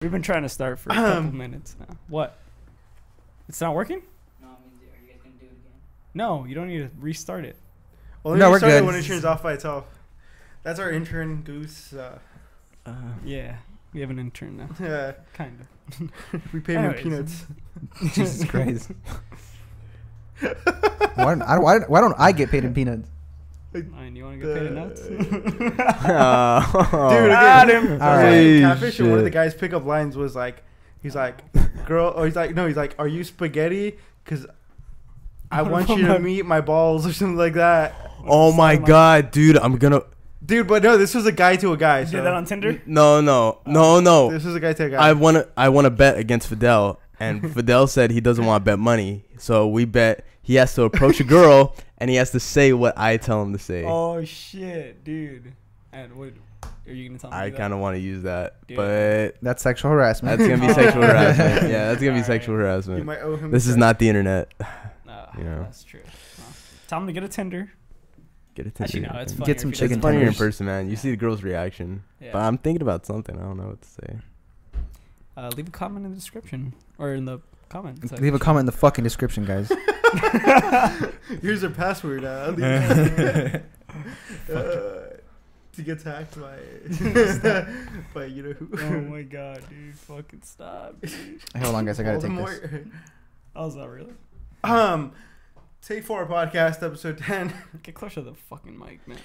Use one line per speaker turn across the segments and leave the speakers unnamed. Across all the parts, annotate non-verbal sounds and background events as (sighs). We've been trying to start for a couple minutes now. Um, What? It's not working?
No, I mean, are you guys gonna do it again?
No, you don't need to restart it.
Well, no,
No, we're
we're
good.
When it turns off by itself. That's our intern goose. Uh, (laughs)
Yeah, we have an intern now,
yeah,
kind of.
we pay him in
Anyways.
peanuts.
Jesus Christ. why, don't, I, why, don't, why don't I get paid in peanuts?
Ryan, you want to get paid in nuts? Uh, (laughs)
Dude,
(laughs) oh.
Got
again,
him.
I was
Alright.
at Catfish, and one of the
Shit.
guys' pickup lines was like, he's like,
(laughs)
girl, or he's like, no, he's like, are you spaghetti? Because I want you to meet my balls (laughs) or something like that.
Oh my
Starlight.
god, dude, I'm gonna.
Dude, but no, this was a guy to a guy.
You
So
did that on Tinder?
No, no, no, no.
Uh, This was a guy to a guy.
I wanna, I wanna bet against Fidel,
(laughs)
and Fidel said he doesn't want to bet money, so we bet he has to approach a girl and he has to say what I tell him to say.
Oh shit, dude. And what are you gonna tell me?
I kind of want to use that,
Dude.
but
That's sexual harassment.
that's gonna
(laughs)
be sexual harassment. Yeah, that's gonna be
Alright.
sexual
you
harassment.
might owe him.
This is not the internet.
of. Uh,
Yeah.
That's true. Huh. Tell him to get a Tinder.
Get it.
Actually, no, it's funnier
Get some
if he
It's
chicken
doesn't.
funnier in
tenders.
person, man. You see the girl's reaction. But
Yeah.
I'm thinking about something. I don't know what to say.
Uh, leave a comment in the description or in the comments.
Leave a comment in the fucking description, guys.
(laughs) Here's their password. Uh,
(laughs)
I'll leave it. Uh, to get
(laughs)
hacked (laughs)
(laughs)
by, by you know who.
oh
(laughs)
my god, dude! Fucking (laughs) stop. Dude.
Hold on, guys. I gotta take this.
Voldemort.
I was not really.
Um, take four podcast episode ten.
Get closer to the fucking mic, man.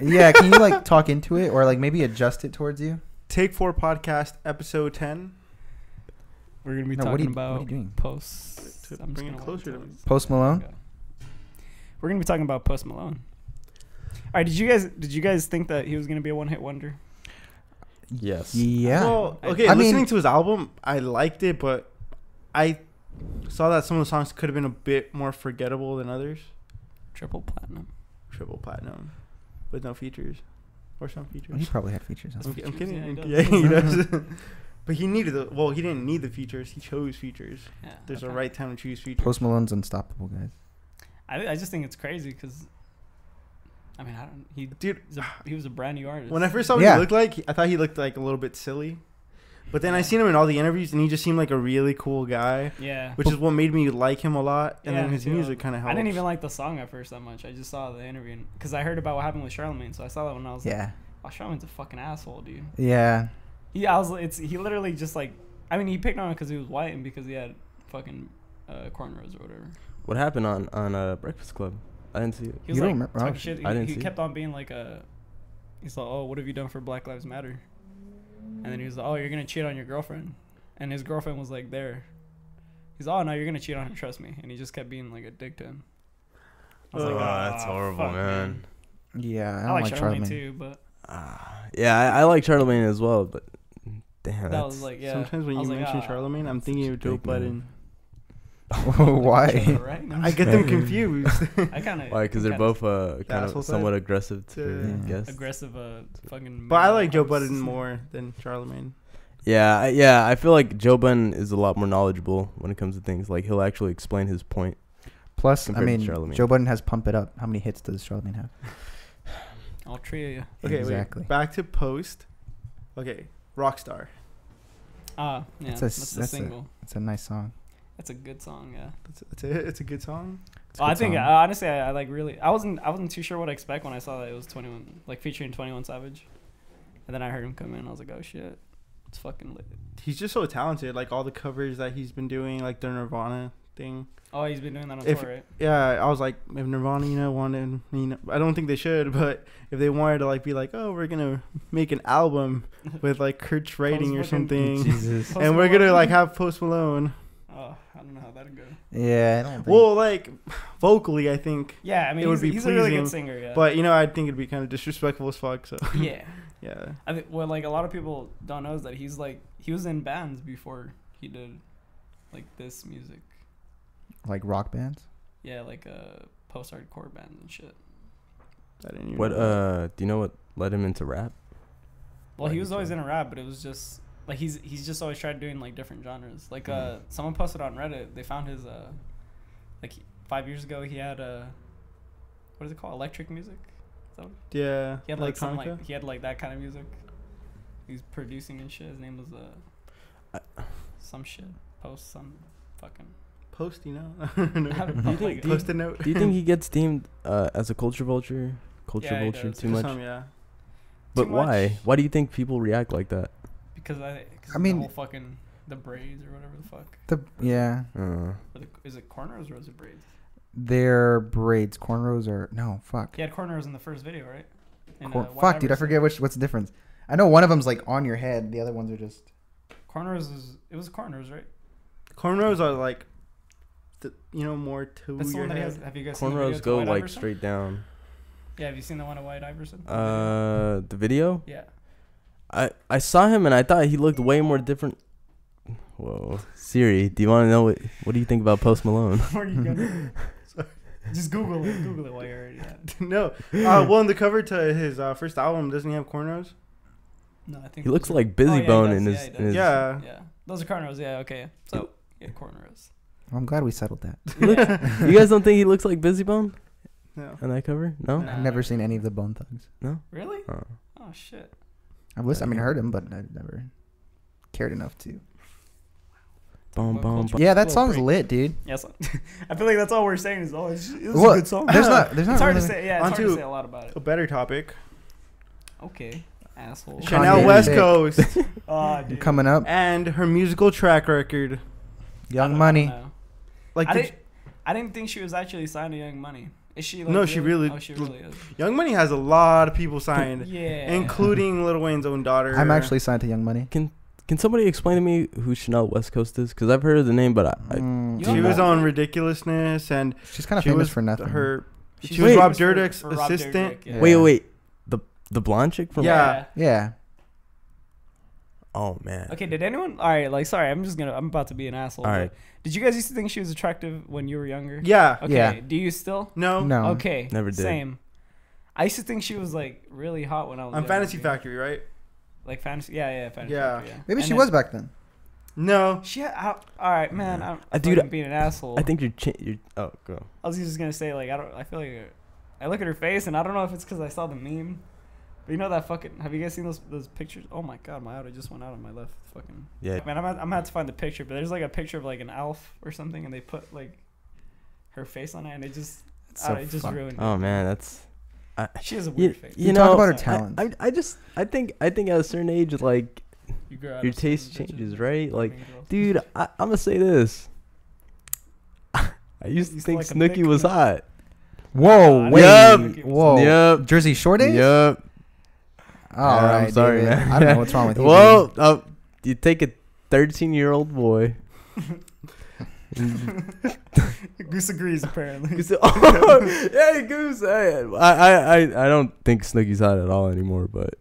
Yeah, can you like talk into it or like maybe adjust it towards you?
Take four podcast episode ten.
(laughs) We're gonna be
No,
talking
what are you- what are
about
you doing?
posts.
To
I'm just
bring it
gonna
closer to
wait
me.
till-
Post Malone.
Okay. We're gonna be talking about Post Malone. All right, did you guys did you guys think that he was gonna be a one hit wonder?
Yes.
Yeah.
Well,
I-
okay.
I
listening
mean-
to his album, I liked it, but I saw that some of the songs could have been a bit more forgettable than others.
Triple platinum.
Triple platinum, with no features, or some
Well, he
features.
probably had features. Huh?
I'm, I'm
Features,
kidding.
yeah, he
I'm-
does.
Yeah, (laughs) he does.
(laughs)
but he needed the. Well, he didn't need the features. He chose features.
Yeah,
There's a
okay.
right time to choose features.
Post Malone's unstoppable, guys.
I, I just think it's crazy because, I mean, I don't. He
Dude,
he's a, he was a brand new artist.
When I first saw what
Yeah.
he looked like, I thought he looked like a little bit silly. But then I seen him in all the interviews, and he just seemed like a really cool guy,
yeah,
which is what made me like him a lot. And
Yeah,
then
me
his
too.
music kind of helped.
I didn't even like the song at first that much. I just saw the interview because I heard about what happened with Charlemagne, so I saw that when I was like,
Yeah.
"Oh, Charlemagne's a fucking asshole, dude."
Yeah.
He, I was, it's he literally just like, I mean, he picked on him because he was white and because he had fucking uh, cornrows or whatever.
What happened on on uh, Breakfast Club? I didn't see it.
He was like
You don't remember-
talking
oh,
shit. He,
I didn't
he
see
kept on being like a. He's like, oh, what have you done for Black Lives Matter? And then he was like, oh, you're gonna cheat on your girlfriend, and his girlfriend was like there. He's oh no, you're gonna cheat on her. Trust me. And he just kept being like a dick to him. I was like,
Oh,
"Ah, fuck,
Yeah. I
I,
don't
like,
like
Charlemagne
Charlemagne.
too, but
Ah, yeah, I, I like Charlemagne as well, but damn,
that was
that's-
like yeah.
Sometimes
I
when you
was like,
mention
ah,
Charlemagne, I'm thinking of Joe
big man.
Budden.
(laughs) Charlemagne,
(laughs) Why?
Right?
I get them confused.
(laughs)
(laughs)
I kind of
why? Because they're both uh, kind
asshole
of
side?
somewhat aggressive to their
Yeah.
guests.
aggressive. Uh, fucking.
but I like Joe
mouths.
Budden more than Charlemagne.
Yeah, I, yeah. I feel like Joe Budden is a lot more knowledgeable when it comes to things. Like he'll actually explain his point.
Plus, I
Compared to
mean,
Charlemagne.
Joe Budden has Pump It Up. How many hits does Charlemagne have?
I'll treat you.
Okay,
exactly.
wait. Back to post. Okay, Rockstar.
Ah, yeah.
That's a
that's,
s-
the
that's a-
single.
It's a nice song.
that's a good song. Yeah.
That's, that's it. It's a good song.
It's a
Oh, I
good
think uh,
song. (laughs)
honestly, I, I like really. I wasn't. I wasn't too sure what to expect when I saw that it was Twenty One, like featuring Twenty One Savage, and then I heard him come in. and I was like, oh shit, it's fucking lit.
He's just so talented. Like all the covers that he's been doing, like the Nirvana thing.
Oh, he's been doing that on
If-
tour, right?
yeah, I was like, if Nirvana, you know, wanted, you know, I don't think they should, but if they wanted to like be like, oh, we're gonna make an
(laughs)
album with like Kurt's writing or
Post (laughs)
something,
Malone.
Jesus.
Post
and we're gonna
Malone?
like have Post Malone.
Oh, I don't know how that'd go.
Yeah. I don't think.
Well, like vocally, I think,
Yeah, I mean,
It would
he's,
be
he's a really good
pleasing,
singer. Yeah.
but you know, I think it'd be kind of disrespectful as fuck. So
(laughs)
(laughs)
yeah,
yeah,
I think what like a lot of people don't know is that he's like he was in bands before he did, like this music.
like rock bands.
Yeah, like uh post hardcore bands and shit.
I didn't even
What
know.
uh? Do you know what led him into rap?
Well,
Why
he
did
was
you-
always in a rap, but it was just like he's he's just always tried doing like different genres. Like
Mm-hmm.
uh, someone posted on Reddit, they found his uh, like he- five years ago he had uh, what is it called? Electric music. Is that what-
yeah,
He had like some
Electronica?
like he had like that kind of music. He was producing and shit. His name was uh, some shit. Post some
(laughs)
fucking.
Post, you know? (laughs)
Have it
Do you
pop
think-
like
do
a-
you-
Post a note.
Do you
(laughs)
think he gets deemed uh, as a culture vulture? Culture
Yeah, he
vulture
does.
too
For
much.
some, yeah.
but
Too much.
why? Why do you think people react like that?
because I. Cause I
I mean-
the whole fucking the braids or whatever the fuck.
The yeah,
Uh,
Or the, is it cornrows or is it braids?
their braids, cornrows, or no, fuck.
He had cornrows in the first video, right? In,
Cor-
uh, White
fuck, dude, I
Iverson.
forget which what's the difference. I know one of them's like on your head, the other ones are just.
Cornrows is it was cornrows, right?
Cornrows are like, th- you know, more to
That's the
your
one that he
head.
has. Have you guys seen the video
cornrows
to
go
White
like
Iverson?
straight down.
Yeah, have you seen the one of White Iverson?
Uh, the video.
yeah. (laughs)
I I saw him and I thought he looked way more different. Whoa, Siri, do you want to know what what do you think about
(laughs)
Post Malone?
Where are you
(laughs)
going? Just Google it. Google it while you're already at. it.
(laughs) no. Uh, well, in the cover to his uh, first album, doesn't he have cornrows?
No, I think
He looks
those are-
like
Oh, yeah,
Busy
he
Bone
does,
in
yeah,
his.
he
in
does.
his-
Yeah.
Yeah, those are cornrows. Yeah, okay. So yeah, cornrows.
I'm glad we settled that.
(laughs) Yeah.
You guys don't think he looks like Busy Bone
No.
on that cover? No.
Nah.
I've never seen any of the Bone Thugs.
really?
Oh.
Oh shit.
I've listened, I mean, heard him, but I've never cared enough to.
Boom,
About
boom,
culture.
boom.
Yeah, that
Little
song's
break.
lit, dude.
Yes. (laughs) I feel like that's all we're saying is oh, it's, it's
Well,
a good
(laughs)
song.
There's not. There's
(laughs)
not.
it's hard to
really-
say. Yeah, it's hard
Onto-
to say a lot about it.
A better topic.
Okay, asshole.
Kanye
Chanel
and
West
Vic.
Coast
Ah, dude.
Coming up,
and her musical track record.
I
Young
don't
Money.
know.
Like
I
the-
didn't. I didn't think she was actually signed to Young Money. Is she? Like
No, she really-
Oh, she really is.
Young Money has a lot of people signed,
Yeah. (laughs)
including Lil Wayne's own daughter.
I'm actually signed to Young Money.
Can somebody explain to me who Chanel West Coast is? Because I've heard of the name, but I, I
Mm,
You
She
don't
was
know.
on Ridiculousness and
she's kind of
she
famous
was
for nothing.
her.
She's
she was
famous for-
Rob Dyrdek's
for Rob
assistant.
Dyrdek,
Yeah.
wait, wait, wait. The the blonde chick from.
Yeah.
yeah,
Oh man.
Okay. Did anyone? All right. Like, sorry. I'm just gonna. I'm about to be an asshole.
All
but
right.
Did you guys used to think she was attractive when you were younger?
Yeah.
Okay.
Yeah.
Do you still?
No.
no.
okay.
Never did.
Same. I used to think she was like really hot when I was.
On
younger,
Fantasy
dude.
Factory, right?
Like fantasy. Yeah. Yeah. Fantasy
Yeah.
Factory, yeah.
Maybe
And
she
then-
was back then.
No.
She. I, all right, man. I'm,
Uh,
I'm
dude,
fucking being an asshole.
I think you're. Ch- you're oh, go.
I was just gonna say like I don't. I feel like I look at her face and I don't know if it's because I saw the meme, but you know that fucking. Have you guys seen those those pictures? Oh my god, my auto just went out on my left. Fucking
Yeah.
man, I'm gonna- I'm gonna have to find the picture. But there's like a picture of like an elf or something, and they put like her face on it, and it just I
so
don't- it just
fucked.
ruined.
Oh man, that's. I,
it. She has a
you,
weird face.
you
Talk
know
about her
I-
talents.
I, I, I just I think I think at a certain age like
You grow out
your
of certain
taste
bitches.
changes right like
Mean Girls. (laughs)
dude I, I'm gonna say this (laughs) I used to
Used to
think
like a
Snooki
thick
was
nut.
hot
Whoa,
Uh,
wait,
Yup.
whoa,
Yup.
Jersey Shore days.
yep
All
Yeah, I'm
right,
sorry,
David.
man.
I don't know what's wrong with
(laughs)
you.
well uh, you take a 13 year old boy (laughs)
Goose agrees apparently.
Goose- oh, hey Goose hey, I, I I I don't think Snooki's hot at all anymore but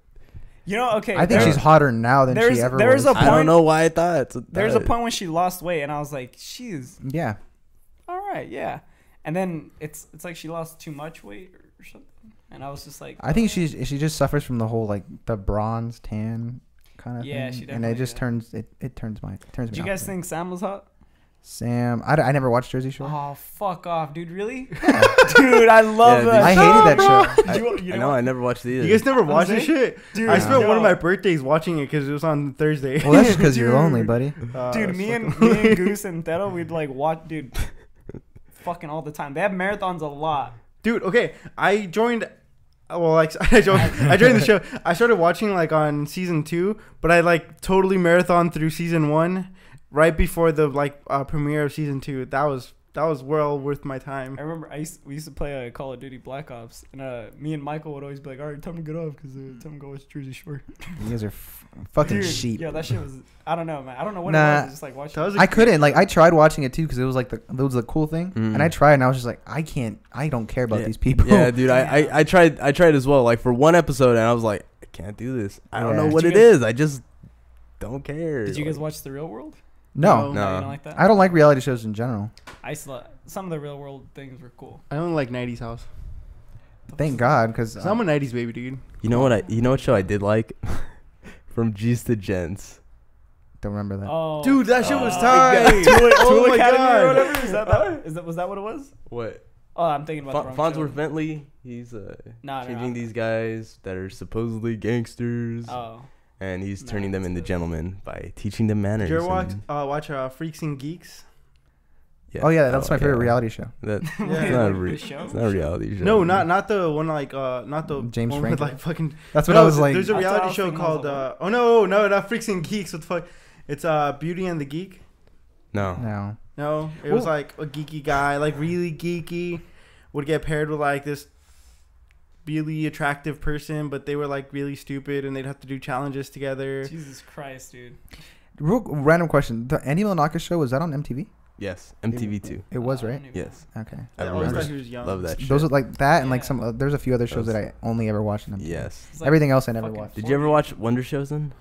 You know, okay.
dude. I think
there-
she's hotter now than
there's-
she ever
there's
was.
a-
I don't
point-
know why I thought it's
There's a point when she lost weight, and I was like, she's
yeah,
all right, yeah. And then it's it's like she lost too much weight or something, and I was just like,
I think she's she just suffers from the whole like the bronze tan kind of
Yeah,
thing,
she
and it
definitely
just
does.
turns it, it turns my turns
Do
me.
you
off
guys
of it.
think Sam was hot?
Sam? I, d- I never watched Jersey Shore.
Oh fuck off, dude!
(laughs)
Really, (laughs) dude? I love
Yeah,
that.
I hated
(laughs)
that show.
Do (laughs) you- you
I
know
know I never watched it either
You guys never watched this
saying-
shit?
Dude,
I spent one of
yo.
my birthdays watching it because it was on Thursday. (laughs)
Well, that's just because you're lonely,
Dude.
buddy.
Uh,
dude, me and, me
(laughs)
and Goose and Thero, we'd like watch, dude, (laughs) fucking all the time. They have marathons a lot.
dude. Okay, I joined. Well, like (laughs) I joined, I joined the show. I started watching like on season two, but I like totally marathon through season one, right before the like uh, premiere of season two. That was that was well worth my time.
I remember I used we used to play uh, Call of Duty Black Ops, and uh, me and Michael would always be like, "All right, time to get off because uh, time to go watch Jersey Shore."
You guys are f- fucking
Dude,
sheep.
Yeah, that shit was. I don't know, man. I don't know what
Nah.
it was. It was Just like watching.
That was a-
I couldn't like I tried watching it too because it was like the it was the cool thing,
Mm.
and I tried and I was just like I can't I don't care about
Yeah.
these people.
Yeah, dude, I, I, I tried I tried as well. Like for one episode, and I was like, I can't do this. I don't
Yeah.
know
Did
what
you
it
guys-
is. I just don't care.
Did you guys
Like,
watch The Real World?
(laughs) no,
No.
you don't like that.
I don't like reality shows in general.
I saw some of the Real World things were cool.
I don't like '90s house.
Thank God because
So I'm a '90s baby, dude.
You know what I? You know what show I did like? (laughs) From G's to Gents.
don't remember that.
Oh,
Dude, that shit was
uh, (laughs)
tight.
yeah, Tool,
Oh
Tool
my
Academy or
God.
whatever. Is that, that, is that was that what it was?
What?
Oh, I'm thinking about
F-
the wrong show.
Fonzworth Bentley. He's uh,
No, no, no.
changing these guys that are supposedly gangsters.
Oh,
and he's
Nah,
turning them
that's
into
good.
gentlemen by teaching them manners.
Did you ever watch,
and-
uh, watch uh, Freaks and Geeks?
Oh yeah, that's
Oh,
my favorite
yeah.
reality show.
That,
(laughs)
Yeah.
Wait,
(laughs) It's not
the
a re-
show?
it's not a reality show.
No, not not the one like uh not the
James
one with,
Franco.
like fucking.
That's what
No,
I was
th-
like.
There's a
That's what I
reality
was
show
thinking, I was
called
like,
uh oh no no not Freaks and Geeks what the fuck, it's uh Beauty and the Geek.
No.
no.
No, it was like a geeky guy, like really geeky, would get paired with like this really attractive person, but they were like really stupid, and they'd have to do challenges together.
Jesus Christ, dude.
Real random question: The Andy Milonakis show was that on MTV?
Yes. MTV2.
It was
Uh, I don't
right.
even-
Yes.
Okay.
I
I always
remember.
thought he was young.
Love that shit.
Those are like that and like
Yeah.
some. Uh, there's a few other shows
Those-
that I only ever watched. On MTV.
Yes.
It's like-
Everything else I never
fucking
watched.
Did you ever
Fortnite.
watch Wonder Shows then?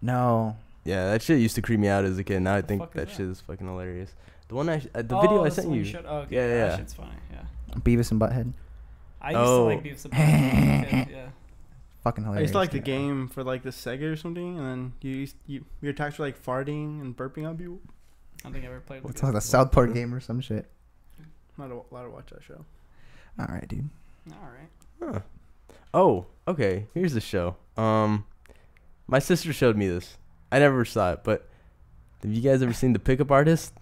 No.
Yeah, that shit used to creep me out as a kid. Now I think
fuck is
that
that?
shit is fucking hilarious. The one I, sh- uh, the
Oh,
video I
that's
sent
when
you.
showed- oh, okay.
Yeah, yeah, yeah.
That shit's funny. Yeah.
Beavis and Butthead.
I used
Oh.
to like Beavis and Butthead. as a kid,
(laughs)
Yeah.
Fucking
I
hilarious.
used to like the
dude.
game for like the Sega or something, and then you used, you your attacks were like farting and burping on people.
I don't think I ever played with
It's like the South Park game or some shit.
Not a lot of watch that show.
All right, dude.
All right.
Huh. Oh, okay. Here's the show. Um, my sister showed me this. I never saw it, but have you guys ever seen the pickup artist?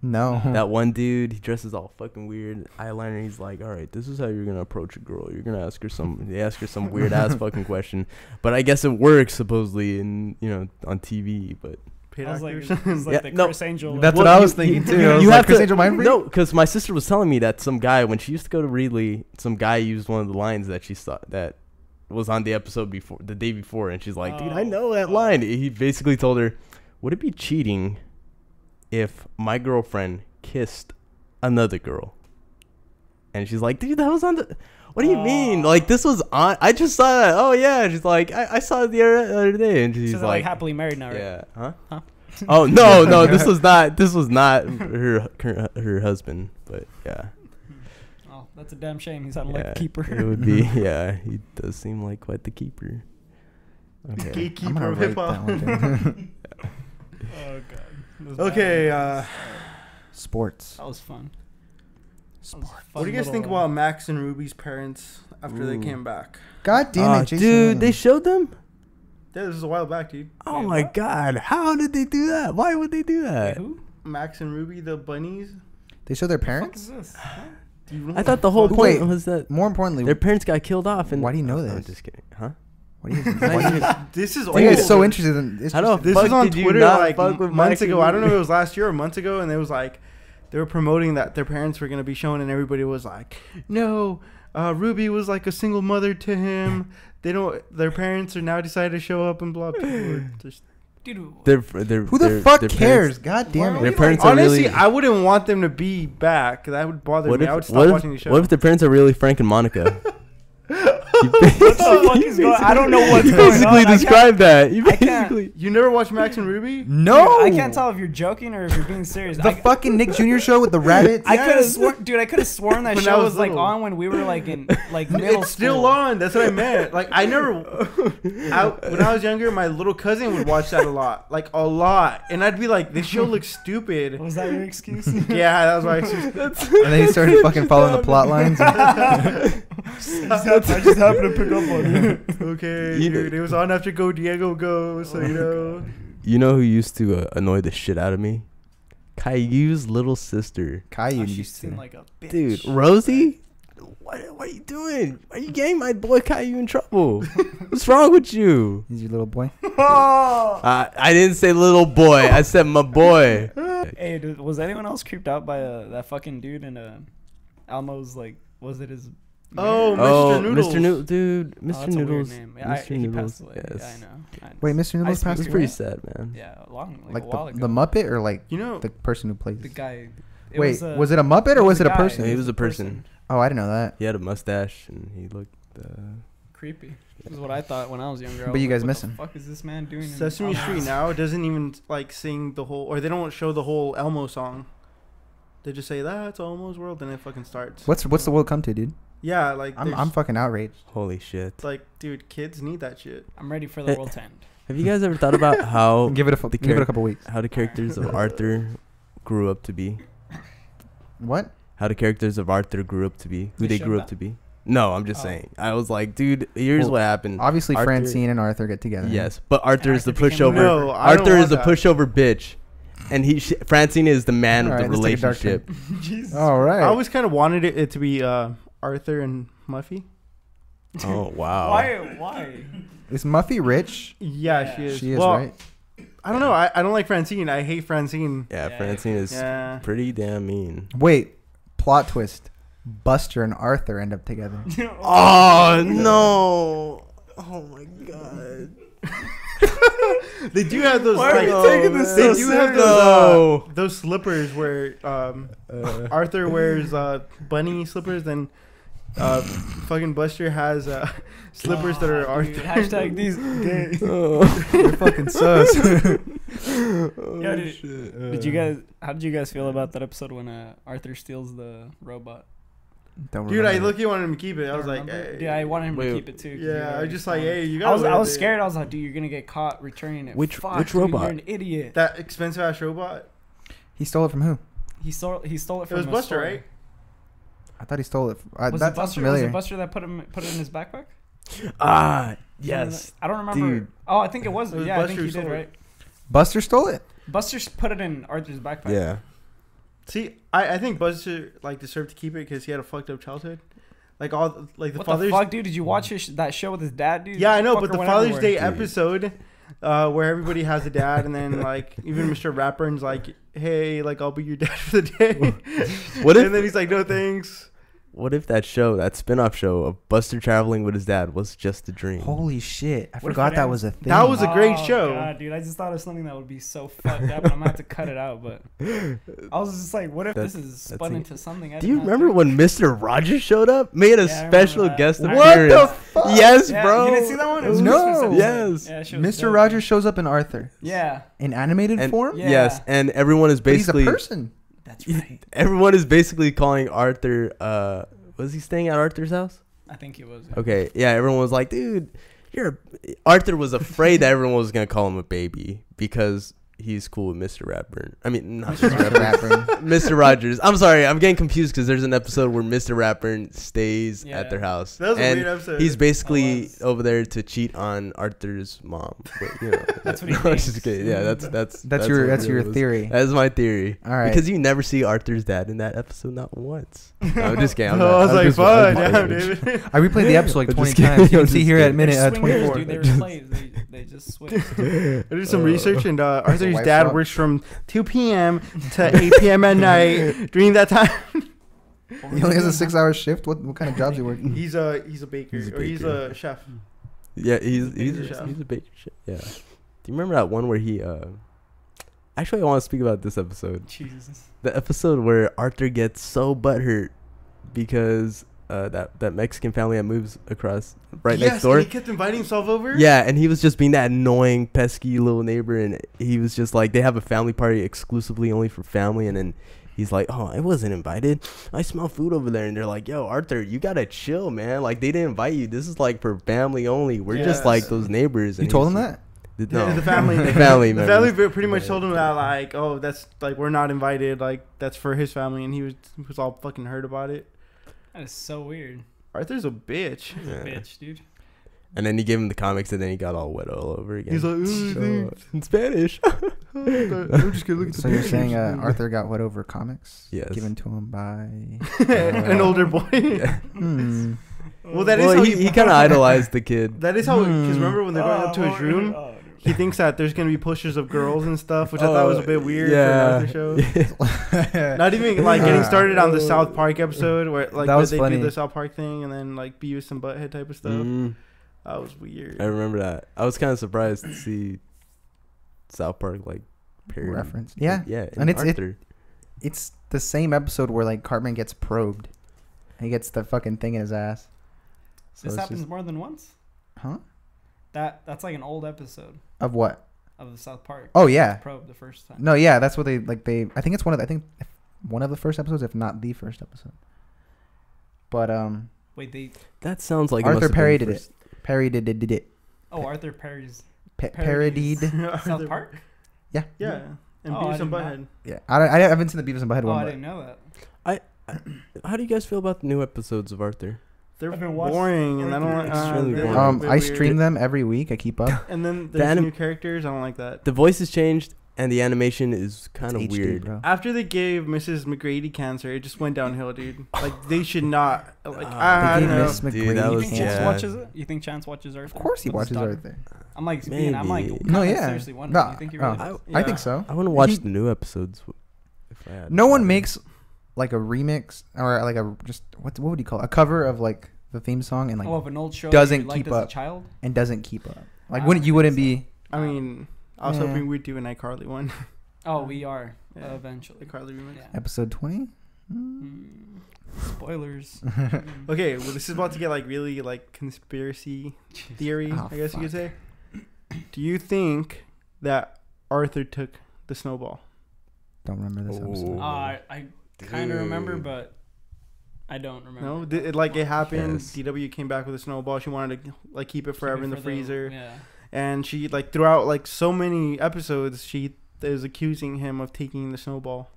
No.
That one dude, he dresses all fucking weird, eyeliner. He's like, "All right, this is how you're gonna approach a girl. You're gonna ask her some, they ask her some weird (laughs) ass fucking question." But I guess it works supposedly, in you know, on TV. But
Paid
I was like, (laughs)
actors.
it's it's like
(laughs) Yeah,
the
no.
Chris
(laughs)
Angel.
That's
Well,
what I
you-
was thinking too.
you
I was
have
like, Chris
to-
Angel Mind Freak? (laughs)
No, because my sister was telling me that some guy when she used to go to Reedley, some guy used one of the lines that she saw that was on the episode before the day before, and she's like, "Dude, I
Oh,
know that
fuck.
line." He basically told her, "Would it be cheating if my girlfriend kissed another girl?" And she's like, "Dude, that was on the." What do you mean?
Oh.
Like this was on? I just saw that. Oh yeah, she's like, I, I saw it the other other day, and she's
She's like,
like,
happily married now, right?
yeah. Huh?
Huh? (laughs)
oh no, no. This was not. This was not her her, her husband. But yeah,
Oh, that's a damn shame. He's not a
yeah,
like keeper.
It would be. Yeah, he does seem like quite the keeper. Okay. Ah,
I'm gonna
Gatekeeper of
rate
hip
that
hop.
one,
(laughs)
dude.
(laughs) Oh god. That was bad.
Okay, uh,
Sports.
that was fun. That was fun
what do you guys
little,
think
uh,
about Max and Ruby's parents after they
Ooh.
came back?
God damn
Ah,
it, Jason
dude! They
Williams.
showed them.
Yeah, this is a while back, dude.
Oh
Wait,
my
what?
god! How did they do that? Why would they do
wait,
that?
who?
Max and Ruby, the bunnies.
they show their
The fuck is
parents.
this? Huh?
Do you know
I thought the whole
Who-
point
wait.
was that
More importantly,
their parents got killed off. And
why do you know
I'm
this?
just kidding, huh?
(laughs)
What do you?
Not
Why do you-
even-
this is
why you guys
old.
so interested in? It's
I
just-
don't-
This
Fuck,
was on
did you
Twitter
not
like
fuck with Max
months
and
ago. I don't know if
Ruby?
it was last year or months ago, and it was like they were promoting that their parents were gonna be shown, and everybody was like, "No, uh, Ruby was like a single mother to him. They don't. Their parents are now decided to show up and blah." People
(laughs)
were just,
Dude,
Their, their,
Who the
their-
fuck
their parents-
cares? God damn
Why
it.
are we
Their parents are
honestly,
really.
I wouldn't want them to be back. That would bother
What
me.
if,
I would stop
what,
watching the
if,
show.
what if the parents are really Frank and Monica?
what the fuck is going? I don't
(laughs)
know what's
you
going on.
basically
I can't-
described that. You
I can't-
basically.
you never watched Max and Ruby?
No,
Dude, I can't tell if you're joking or if you're being serious.
The
I,
fucking Nick Jr. show with the rabbits.
(laughs) I could have sworn, dude. I could have sworn that
(laughs) When I
show
was
was, like
little.
on when we were like
(laughs)
in like middle
It's still
school.
on. That's what I meant. Like I
(laughs)
never. I, when I was younger, my little cousin would watch that a lot, like a lot, and I'd be like, "This show looks stupid."
Was that your excuse? (laughs)
(laughs) Yeah, that was my excuse.
and then he started fucking following the plot lines.
(laughs) Oh, I just happened to pick up on it.
(laughs) Okay,
You-
dude, it was on after Go Diego Go,
Oh
so you know.
You know who used to uh, annoy the shit out of me? Caillou's little sister,
Caillou
Oh, she
used to.
seemed like a bitch.
dude. Rosie, what, what are you doing? Are you getting my boy Caillou in trouble? What's wrong with you?
He's your
(laughs)
little boy.
Oh.
Uh, I didn't say little boy. I said my boy.
Hey, dude, was anyone else creeped out by uh, that fucking dude in uh, Elmo's? Like, was it his?
Oh,
marriage?
Oh,
Mr.
Mr.
Noodles.
Noodles, dude,
Oh,
Mr.
that's a weird
Noodles,
name. Yeah, I-
Mr.
he
Noodles,
passed away. Yeah,
yes.
I know. I know.
Wait, Mr. Noodles
speak
passed
It's
to
away?
pretty sad, man.
Yeah, long like,
Like
a while
the,
ago.
the Muppet or like
You know,
the person who plays.
the guy.
Wait, was it a Muppet or was it a
guy,
person?
He was a
the
person.
Oh, I didn't know that.
He had a mustache and he looked. Uh,
Creepy. This is what I thought when I was younger. I
But
was
you
like,
guys
what
miss
the
him.
Fuck is this man doing? in
Sesame
Elmo's
Street
house?
now doesn't even like sing the whole, or they don't show the whole Elmo song. They just say that's Elmo's world, and it fucking starts.
What's what's the world come to, dude?
Yeah, like
I'm
there's-
I'm fucking outraged.
Holy shit.
like, dude, kids need that shit.
I'm ready for the world
(laughs)
to end.
Have you guys ever thought about
(laughs)
how
Give it a fu-
Oh, the
give it a
charac-
couple weeks.
how the characters of Arthur grew up to be?
What?
How the characters of Arthur grew up to be?
They
Who they
showed
grew up
that.
to be? No, I'm just
Oh.
saying. I was like, dude, here's
Well,
what happened.
Obviously,
Mm. Arthur-
Francine and Arthur get together.
Yes, but Arthur is the
Arthur became
pushover.
a
No, I don't
Arthur
want
is the
that.
pushover bitch, and he sh- Francine is the man of
Alright,
the
let's take a dark turn.
relationship.
Jesus.
Oh.
All right.
I always kind of wanted it, it to be uh, Arthur and Muffy.
(laughs) oh wow.
Why?
(laughs)
Why?
is Muffy rich?
Yeah,
Yeah.
she is.
She is
well,
right.
I don't know. I, I don't like Francine. I hate Francine.
Yeah,
Yeah.
Francine is
Yeah.
pretty damn mean.
Wait, plot twist. Buster and Arthur end up together.
(laughs) Oh no! Oh my god!
They do have those.
Why are
like,
we taking this so
They do have those, uh, those slippers where um, (laughs)
Uh,
Arthur wears uh, bunny slippers, and uh, fucking Buster has uh, (laughs) slippers that are
Ah,
Arthur. (laughs)
dude, Hashtag these
(laughs)
gay.
You're
(laughs)
fucking sus.
Yeah, did, did you guys? How did you guys feel about that episode when uh, Arthur steals the robot?
Don't
Dude, I
remember.
looked. You wanted him to keep it. I was like,
Remember?
hey.
yeah, I wanted him
Wait,
to keep it too. 'cause he
Yeah, I
already
was just like,
stole it.
hey, you got.
I was, I was scared. I was like, dude, you're gonna get caught returning it.
Which-
Fuck,
which
dude,
robot?
You're an idiot.
That expensive ass robot.
He stole it from who?
He stole. He stole it
It
from.
was
a
Buster,
store.
right?
I thought he stole it. From, uh,
Was
that
it
sounds
Buster? Was
familiar.
it Buster that put him put it in his backpack?
Ah, yes.
I don't remember.
dude.
Oh, I think it was.
It was
yeah, I
Buster
think
who
he did
stole it.
right.
Buster stole it.
Buster s- put it in Arthur's backpack.
Yeah.
See, I, I think Buster like deserved to keep it because he had a fucked up childhood. Like all th- like the
what
father's.
the fuck, dude? Did you watch his, that show with his dad, dude?
yeah, I know,
Fucker
but the
went
Father's Day
everywhere.
everywhere. Dude.
episode. Uh, where everybody has a dad, and then like even Mr. Rappern's like, "Hey, like I'll be your dad for the day," (laughs)
What
and
if?
then he's like, "No thanks."
What if that show, that spin-off show of Buster traveling with his dad, was just a dream?
Holy shit! I
What if
forgot
it
that
ends-
was a thing.
That was a great
Oh,
show.
God, dude, I just thought of something that would be so fucked up, and I'm gonna have to cut it out.
(laughs)
But I was just like, what if
That's-
this is
that's
spun
it.
into something? I
Do
did
you
not
remember
think-
when Mr. Rogers showed up? Made a
Yeah, I remember
special
that.
guest
I-
appearance.
What the fuck?
Yes,
Yeah,
bro.
You didn't see that one? It was
No.
Christmas episode.
Yes.
Yeah, that shit was
Mr.
dope.
Rogers shows up in Arthur
Yeah,
in animated
And-
form.
Yeah.
Yes, and everyone is
But he's a
basically
person.
that's
Yeah.
right.
everyone is basically calling Arthur. Uh, was he staying at Arthur's house?
I think it was.
Okay, yeah. Everyone was like, dude, you're. A... Arthur was afraid that everyone was gonna call him a baby because he's cool with Mr. Ratburn. I mean, not (laughs) Mr.
Mr.
Ratburn.
Ratburn.
Mr. Rogers. I'm sorry, I'm getting confused because there's an episode where Mr. Ratburn stays
Yeah.
at their house.
That was a
and
weird episode.
He's basically
was.
over there to cheat on Arthur's mom. But, you know,
That's
(laughs)
what he
I'm just
thinks.
kidding. Yeah, that's that's
That's your
what
that's
it
your
was.
theory.
That is my theory.
All right.
Because you never see Arthur's dad in that episode, not once.
(laughs)
No, I'm just kidding. I'm
No,
not-
I was
I'm
like,
just- I'm
"Fuck,
just-
damn, David."
I replayed the episode like
I'm
20
just
times.
kidding,
You
I'm
can see
just
here at
kidding.
minute uh,
Swingers,
24.
Dude, they (laughs)
(laughs)
were slaves. They, they just switched.
(laughs) (laughs) I did some
Uh,
research, and uh, Arthur's
Wipe
dad
up.
works from 2 p.m. to 8 p.m. at night. During that
(laughs)
time,
He only has a six-hour shift. What what kind of jobs you work?
he's a he's a baker
He's a
or he's
baker.
a chef.
(laughs) Yeah, he's he's
baker
he's,
chef.
a baker chef. Yeah. Do you remember that one where he? Uh, actually, I want to speak about this
(laughs)
episode.
Jesus.
The episode where Arthur gets so butthurt because uh, that that Mexican family that moves across right
yes,
next door.
And he kept inviting himself over.
Yeah, and he was just being that annoying, pesky little neighbor, and he was just like, they have a family party exclusively only for family, and then he's like, oh, I wasn't invited. I smell food over there, and they're like, yo, Arthur, you gotta chill, man. Like they didn't invite you. This is like for family only. We're just
Yes.
like those neighbors.
You
and
told
he's
him
like-
that?
Th-
The-
(laughs) no,
the family.
the family,
(laughs) The
members.
family pre- pretty much
Yeah.
told him that, like, oh, that's like we're not invited. Like that's for his family, and he was was all fucking hurt about it.
That is so weird.
Arthur's a
(laughs)
bitch. (laughs)
He's a
Yeah.
bitch, dude.
And then he gave him the comics, and then he got all wet all over again.
He's like, "Ooh,
So,
dude."
in Spanish. (laughs)
I'm just gonna look at the
So you're
pictures. (laughs)
saying uh, Arthur got what over comics?
Yes.
Given to him by.
an older boy.
(laughs)
Yeah.
Hmm.
Well, that is
well,
how
he,
you-
he kind of idolized the
(laughs)
kid.
That is how.
Hmm.
Because remember when they're going up
Oh,
to
Uh,
his room, he thinks that there's gonna be posters of girls and stuff, which I thought
Oh,
was a
Oh,
bit weird for an Arthur
(laughs)
(laughs)
show. Not even like getting started on the
Oh.
South Park episode where like
That
where
was
they
funny.
do the South Park thing and then like Beavis and Butthead type of stuff.
Mm.
That was weird.
I remember that. I was kind of surprised to see South Park like parody.
Reference. Yeah.
yeah,
And
and it's
it's- it-
Arthur.
It's the same episode where like Cartman gets probed. He gets the fucking thing in his ass.
This
So Oh, it's
happens
just-
more than once.
Huh?
That that's like an old episode
Of what?
of the South Park.
Oh yeah.
Probe the first time.
No, yeah, that's what they like. They, I think it's one of, the, I think, if- one of the first episodes, if not the first episode. But um,
Wait, they.
that sounds like
Arthur parodied it. parodied did did it.
Oh, Arthur Perry's
(laughs) Pa-
Parodies.
(laughs)
parodied.
South Park.
Yeah, and
Oh, I
Beavis and
did not-
Butthead.
Yeah, I, don't, I haven't seen the Beavis and Butthead
Oh,
one.
I
but
didn't know that.
How do you guys feel about the new episodes of Arthur?
They're
I've been watching-
boring, and I don't.
going
want-
through
Uh,
Extremely
they're
boring.
a little
Um,
bit
I stream
weird.
them every week. I
(laughs)
keep up.
And then there's
anim-
new characters. I don't like that.
The voice has changed, and the animation is kind of
It's HD,
weird.
bro.
After they gave Mrs. McGrady cancer, it just went downhill, dude. Like they should not. Like
Uh,
Ah,
I, I
they
don't
gave
know.
E, Miss McGrady
Dude, that
you
was
think Chance
yeah.
watches it? You think Chance watches Earth?
Of course, he watches Arthur.
I'm like, man, I'm like,
Maybe.
kinda
No, yeah.
seriously wondering.
No, Oh.
you think he
no.
really
I-
does?
I
Yeah.
think so.
I want to watch
He-
the new episodes. w- If I had
No one
time.
makes like a remix or like a just what what would you call it? a cover of like the theme song and like
oh, of an old show
doesn't
that you liked
keep
as
up.
a child.
and doesn't keep up. Like
I
wouldn't
don't
you
think
wouldn't
so.
be
I mean, I was
Yeah.
hoping we'd do an
(laughs)
iCarly one.
Oh, we are
Yeah.
eventually.
iCarly remix.
Yeah.
episode twenty? Hmm?
Mm,
(laughs)
spoilers. Hmm.
Okay, well, this is about to get like really like conspiracy theory.
Oh,
I guess you could
fuck.
say. Do you think that Arthur took the snowball?
Don't remember this
Uh,
episode.
Oh.
I, I kind of remember,
Dude.
but I don't remember.
No, Did, it, like it happened.
Yes.
DW came back with a snowball. She wanted to like keep it
Keep
forever
it
in the
for
freezer,
yeah.
and she like throughout like so many episodes, she is accusing him of taking the snowball.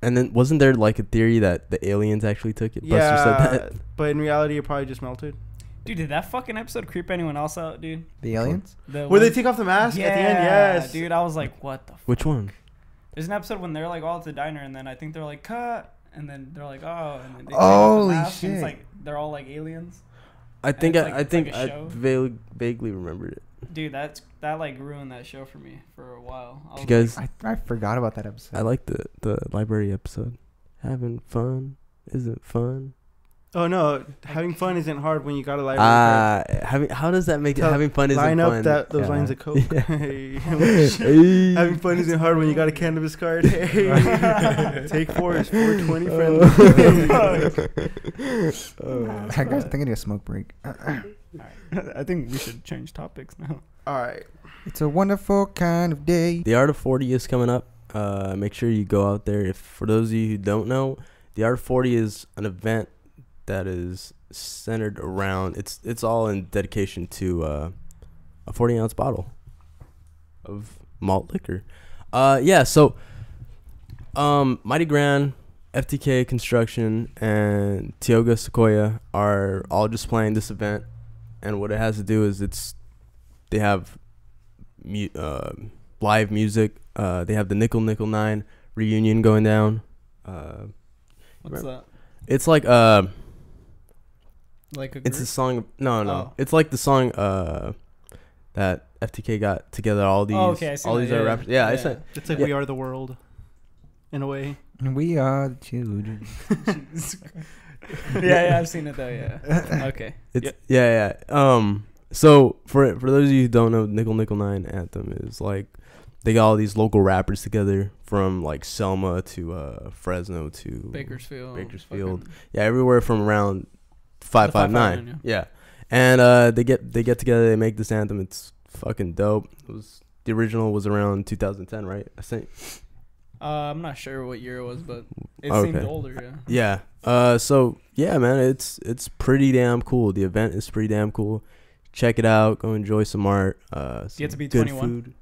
And then wasn't there like a theory that the aliens actually took it? Buster said that.
but in reality, it probably just melted.
Dude, did that fucking episode creep anyone else out, dude?
The aliens?
The
Where they
one-
take off the mask at the end? Yes,
dude. I was like, what the? F-?
Which one?
There's an episode when they're like all at the diner, and then I think they're like cut, and then they're like oh, and then they take off
Holy
the mask, and
shit.
it's like they're all like aliens,
I think
it's
I,
like-
I
it's
think
like a
I
show.
vague, vaguely remembered it.
dude. That's that like ruined that show for me for a while. I was
You guys,
I, I forgot about that episode.
I like the the library episode. Having fun isn't fun.
Oh no, having fun isn't hard when you got a library. card.
Ah, having how does that make it?
Tell-
Having fun isn't
line up
fun. (laughs)
(laughs)
that those
Yeah.
lines of coke.
Yeah.
(laughs)
Hey.
having fun isn't hard when you got a cannabis
(laughs)
card. (laughs) Take four is 420
(laughs)
(laughs)
friendly.
Oh.
(laughs) I guys, I think I need a
(laughs)
smoke break.
like, (laughs) I think we should change topics now.
All right.
It's a wonderful kind of day.
The Art of 40 is coming up. Uh, make sure you go out there. If for those of you who don't know, the Art of 40 is an event that is centered around. It's it's all in dedication to uh, a 40 ounce bottle of malt liquor. Uh, yeah. So, um, Mighty Grand, FTK Construction, and Tioga Sequoia are all just playing this event. And what it has to do is it's they have mu- uh, live music. Uh, they have the Nickel Nickel Nine reunion going down. Uh,
What's that?
it's like uh,
Like a
it's a
group?
song. No, no,
Oh.
it's like the song uh, that FTK got together. All these,
Oh, okay, I see
all
that,
these
yeah,
other
yeah.
rappers. Yeah, I
Yeah. (laughs)
said.
It's like
Yeah.
we are the world, in a way.
We are the children.
yeah, yeah, I've seen it though. (laughs) Yeah. Okay.
It's, yeah, yeah. Um, so for for those of you who don't know, Nickel Nickel Nine Anthem is like they got all these local rappers together from like Selma to uh, Fresno to
Bakersfield.
Bakersfield.
fucking-
Yeah, everywhere from around five five
559,
nine. Yeah, and uh, they get they get together. They make this anthem. It's fucking dope. It was the original was around 2010, right? I think.
Uh, I'm not sure what year it was, but it seemed
Oh, Okay.
older. Yeah.
Yeah. Uh, so yeah, man, it's it's pretty damn cool. The event is pretty damn cool. Check it out. Go enjoy some art.
Do you
Uh,
have to
some
be
good
21?
food.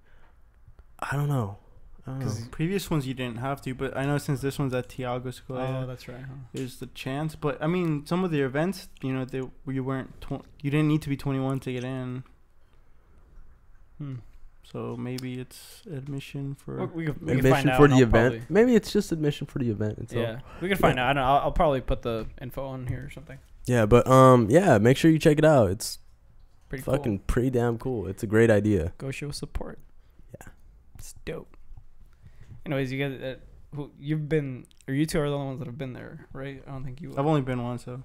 I don't know. I
Oh.
don't know.
'Cause-
Previous ones you didn't have to, but I know since this one's at Tiago School,
Oh, that's right. Huh?
there's the chance. But I mean, some of the events, you know, they you weren't tw- you didn't need to be 21 to get in.
Hmm.
So maybe it's admission for.
We, we could, we could find
Admission
out
for
and
the
I'll
event.
probably-
Maybe it's just admission for the event. Itself.
Yeah, we could find out. I don't know. I'll, I'll probably put the info on here or something.
Yeah, but um, yeah, make sure you check it out. It's
Pretty
fucking
cool.
pretty damn cool. It's a great idea.
Go show support.
Yeah.
it's dope. Anyways, you guys, uh, who you've been or you two are the only ones that have been there, right? I don't think you.
I've only been one, so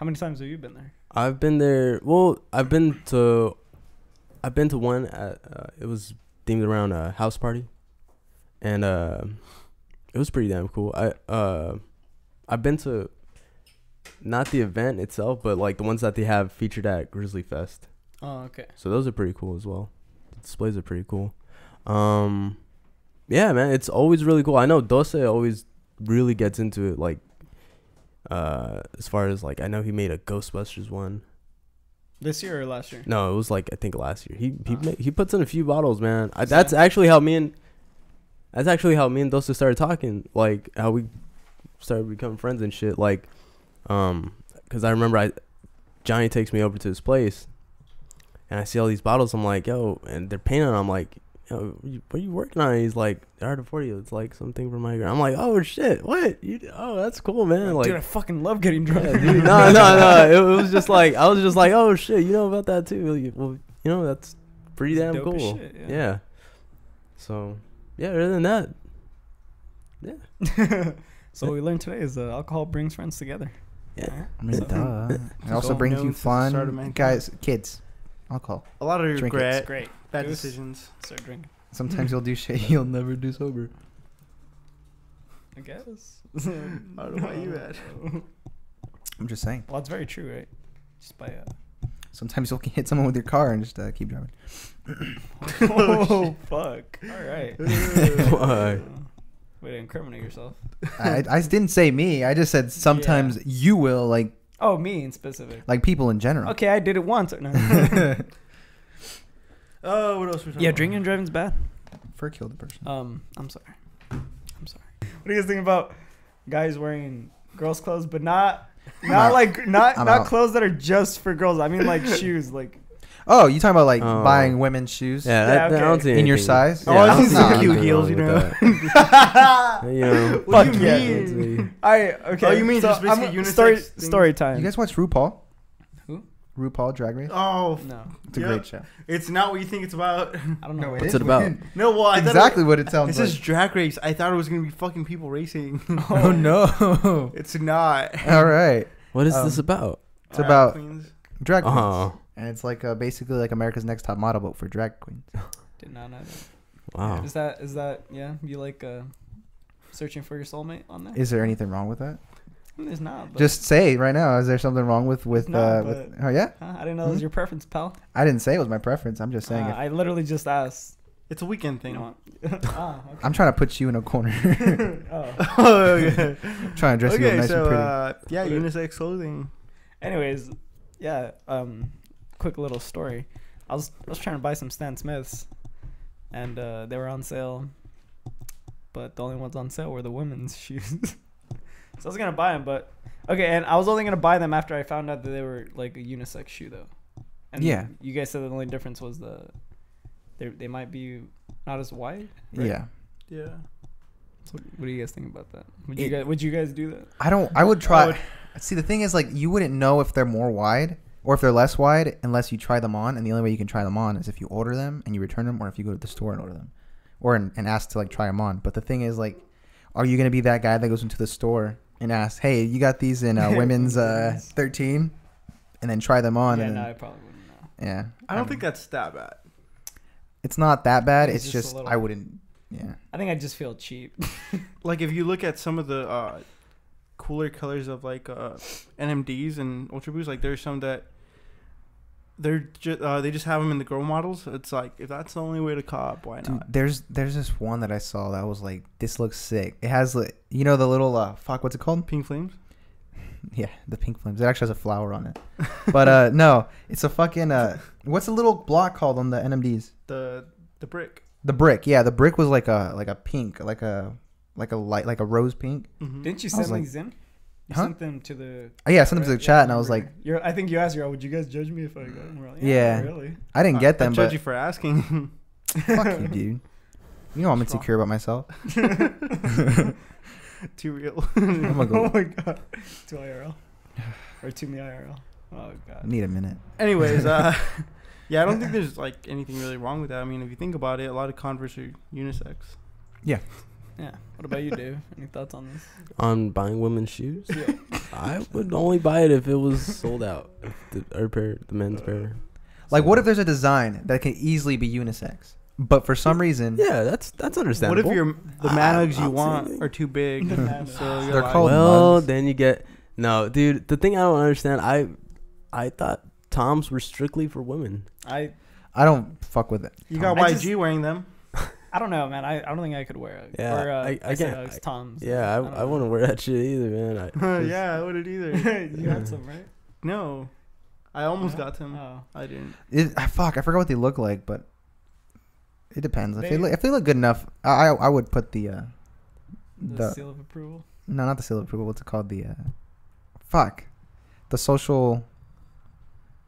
How many times have you been there?
I've been there. Well, I've been to, I've been to one. At, uh, it was themed around a house party, and uh, it was pretty damn cool. I uh, I've been to, not the event itself, but like the ones that they have featured at Grizzly Fest.
Oh, okay.
So those are pretty cool as well. The displays are pretty cool. Um, yeah, man, it's always really cool. I know Dose always really gets into it. Like, uh, as far as like, I know he made a Ghostbusters one.
This year or last year?
No, it was like I think last year. He he
Ah.
ma- he puts in a few bottles, man. I,
So-
that's actually how me and that's actually how me and Dosa started talking, like how we started becoming friends and shit. Like, um 'cause because I remember I Johnny takes me over to his place, and I see all these bottles. I'm like, yo, and they're painted. I'm like, yo, what you- what are you working on? And he's like, I heard it for you. It's like something for my girl. I'm like, oh shit, what? You? Oh, that's cool, man. Like,
dude, I fucking love getting drunk.
(laughs)
yeah, dude, no, no, no. It,
(laughs)
was just like I was just like, oh shit, you know about that too? Well, you- Well, you know that's pretty
It's
damn
dope as
cool.
shit,
yeah.
yeah.
So, yeah. Other than that, (laughs)
(laughs) so what we learned today is that alcohol brings friends together.
Yeah.
I mean,
So-
duh. It also
Don't
brings
know
you
since the start of
fun,
mankind.
guys. Kids, alcohol.
A lot of
Drink
It's
it.
regret,
great.
bad
It was-
decisions.
Start drinking.
Sometimes you'll do shit (laughs) you'll never do sober.
I
(laughs)
guess.
(laughs) I don't know
(laughs)
about (laughs) you, Ed.
I'm just saying.
Well, that's very true, right? Just by
(laughs)
uh, (laughs)
Sometimes you'll (laughs) hit someone with your car and just uh, keep driving.
oh fuck! All right.
Why?
Way to incriminate yourself.
I, I didn't say me. I just said sometimes you will like
Oh, me in specific.
like people in general.
Okay, I did it once. (laughs)
(laughs)
No.
(laughs) Oh, what else? Were we talking
yeah,
about?
drinking and driving's bad.
Fur killed the person.
Um, I'm sorry. I'm sorry. What do you guys think about guys wearing girls' clothes, but
(laughs)
not not
out.
like not
I'm
not
out.
clothes that are just for girls? I mean,
(laughs)
like shoes, like
Oh, you talking about like
Oh.
buying women's shoes?
yeah,
Yeah,
that, that- I don't
okay.
see
In your
anything-
size?
Yeah,
Oh, I
I don't
see
see
some
anything
cute heels,
wrong
you
with
know? (laughs)
that. You know,
What
Fuck
do you
yeah.
I
mean?
don't see-
(laughs)
I okay.
Oh, you mean
so
just basically
I'm-
unisex
story
things?
story time?
You guys watch RuPaul?
Who?
RuPaul Drag Race.
Oh, f-
no,
It's a
yeah.
great show.
it's not what you think it's about. (laughs)
I don't know.
No,
what
it
What's
is.
it about?
No, well, I
exactly
Thought
what it
it,
sounds
this
like.
is drag race. I thought it was gonna be fucking people racing.
(laughs) oh no! (laughs)
it's not.
All right,
What is this
Um,
about?
It's about-
Queens.
drag queens,
Oh,
and it's like uh, basically like America's Next Top Model, but for drag queens.
Did not know. That.
wow.
Is that is that yeah? You like uh, searching for your soulmate on that?
Is there anything wrong with that?
There's not. But,
Just say right now. Is there something wrong with with?
No,
uh,
but-
with oh yeah,
huh? I didn't know that was
Hmm?
your preference, pal.
I didn't say it was my preference. I'm just saying.
Uh,
if,
I literally just asked.
It's a weekend
You
thing. (laughs)
know what? (laughs) ah,
(laughs) I'm trying to put you in a corner. (laughs)
okay. oh.
(laughs) oh, yeah.
trying to dress you up
okay,
nice
so
and pretty.
uh, yeah,
Okay.
unisex clothing.
Anyways, yeah. Um, quick little story. I was I was trying to buy some Stan Smiths, and uh, they were on sale, but the only ones on sale were the women's (laughs) shoes. so I was gonna buy them, but okay. And I was only gonna buy them after I found out that they were like a unisex shoe, though. And
Yeah.
You guys said the only difference was the they they might be not as wide. right?
Yeah,
Yeah.
So what do you guys think about that? Would you
It-
guys Would you guys do that?
I don't. I would try.
would-
See, the thing is, like, you wouldn't know if they're more wide or if they're less wide unless you try them on. And the only way you can try them on is if you order them and you return them, or if you go to the store and order them, or and, and ask to like try them on. But the thing is, like, are you gonna be that guy that goes into the store and asks, "Hey, you got these in uh, women's uh, 13?" and then try them on?
yeah,
and
no, I
then,
probably wouldn't. Know.
yeah.
I don't
mean,
think that's that bad.
it's not that bad.
It's
It's,
just a
just
little-
I wouldn't. Yeah.
I think I just feel cheap.
Mm-hmm.
Like if you look at some of the uh, cooler colors of like uh, NMDs and Ultra Boosts, like there's some that they're ju- uh, they just have them in the girl models. It's like if that's the only way to cop, why
Dude,
not?
there's there's this one that I saw that was like, this looks sick. It has like, you know, the little uh, fuck, what's it called? (laughs)
Pink flames.
Yeah, the pink flames. It actually has a flower on it. But uh no, it's a fucking uh what's the little block called on the NMDs?
(laughs) The the brick.
The brick. Yeah, the brick was like a like a pink, like a like a light like a rose pink.
Mhm.
Didn't you
I was
send
like,
these in? You
huh?
sent them to the.
Oh, yeah, I sent them to the
right? Yeah,
chat and I was like,
remember. You're, I think you asked, you would you guys judge me if I got them? We're like,
Yeah.
not Really?
I didn't get
I- I
them,
judge
but
you for asking. (laughs)
(laughs) fuck you, dude. You know I'm
What's wrong?
insecure
(laughs)
about myself.
(laughs) Too real.
I'm gonna go
oh my god. To
(sighs)
IRL. or to me IRL. Oh god.
need a minute.
(laughs)
Anyways, uh, yeah, I don't think there's like anything really wrong with that. I mean, if you think about it, a lot of Converse are unisex.
Yeah. What about you, Dave? Any thoughts on this?
On buying women's shoes,
Yeah.
I would only buy it if it was sold out. If the, our pair, the men's pair.
Like
sold out.
what if there's a design that can easily be unisex, but for some reason
Yeah, that's that's understandable.
What if your the
I-
manos
I'm
you want
saying-
are too big?
Ah, The manos.
so you're
They're
like,
called-
well,
mugs.
then you get no, dude. The thing I don't understand, I I thought Toms were strictly for women.
I
I don't fuck with it.
You got
I
YG
just-
wearing
(laughs)
them. (laughs)
I don't know, man. I, I don't think I could wear it.
Yeah,
Or, uh,
I-
I,
I
said
can't-
Alex
I-
Tom's.
Yeah, I, I wouldn't wear that shit either, man. I, just-
yeah, I wouldn't either.
(laughs) you had some, right?
no, I almost
No?
got them.
Oh.
I didn't.
It, ah, fuck, I forgot what they look like, but it depends. If they,
They-
look, if they look good enough, I I, I would put the uh,
The,
the
seal of approval.
no, not the seal of approval. What's it called? The uh, fuck, the social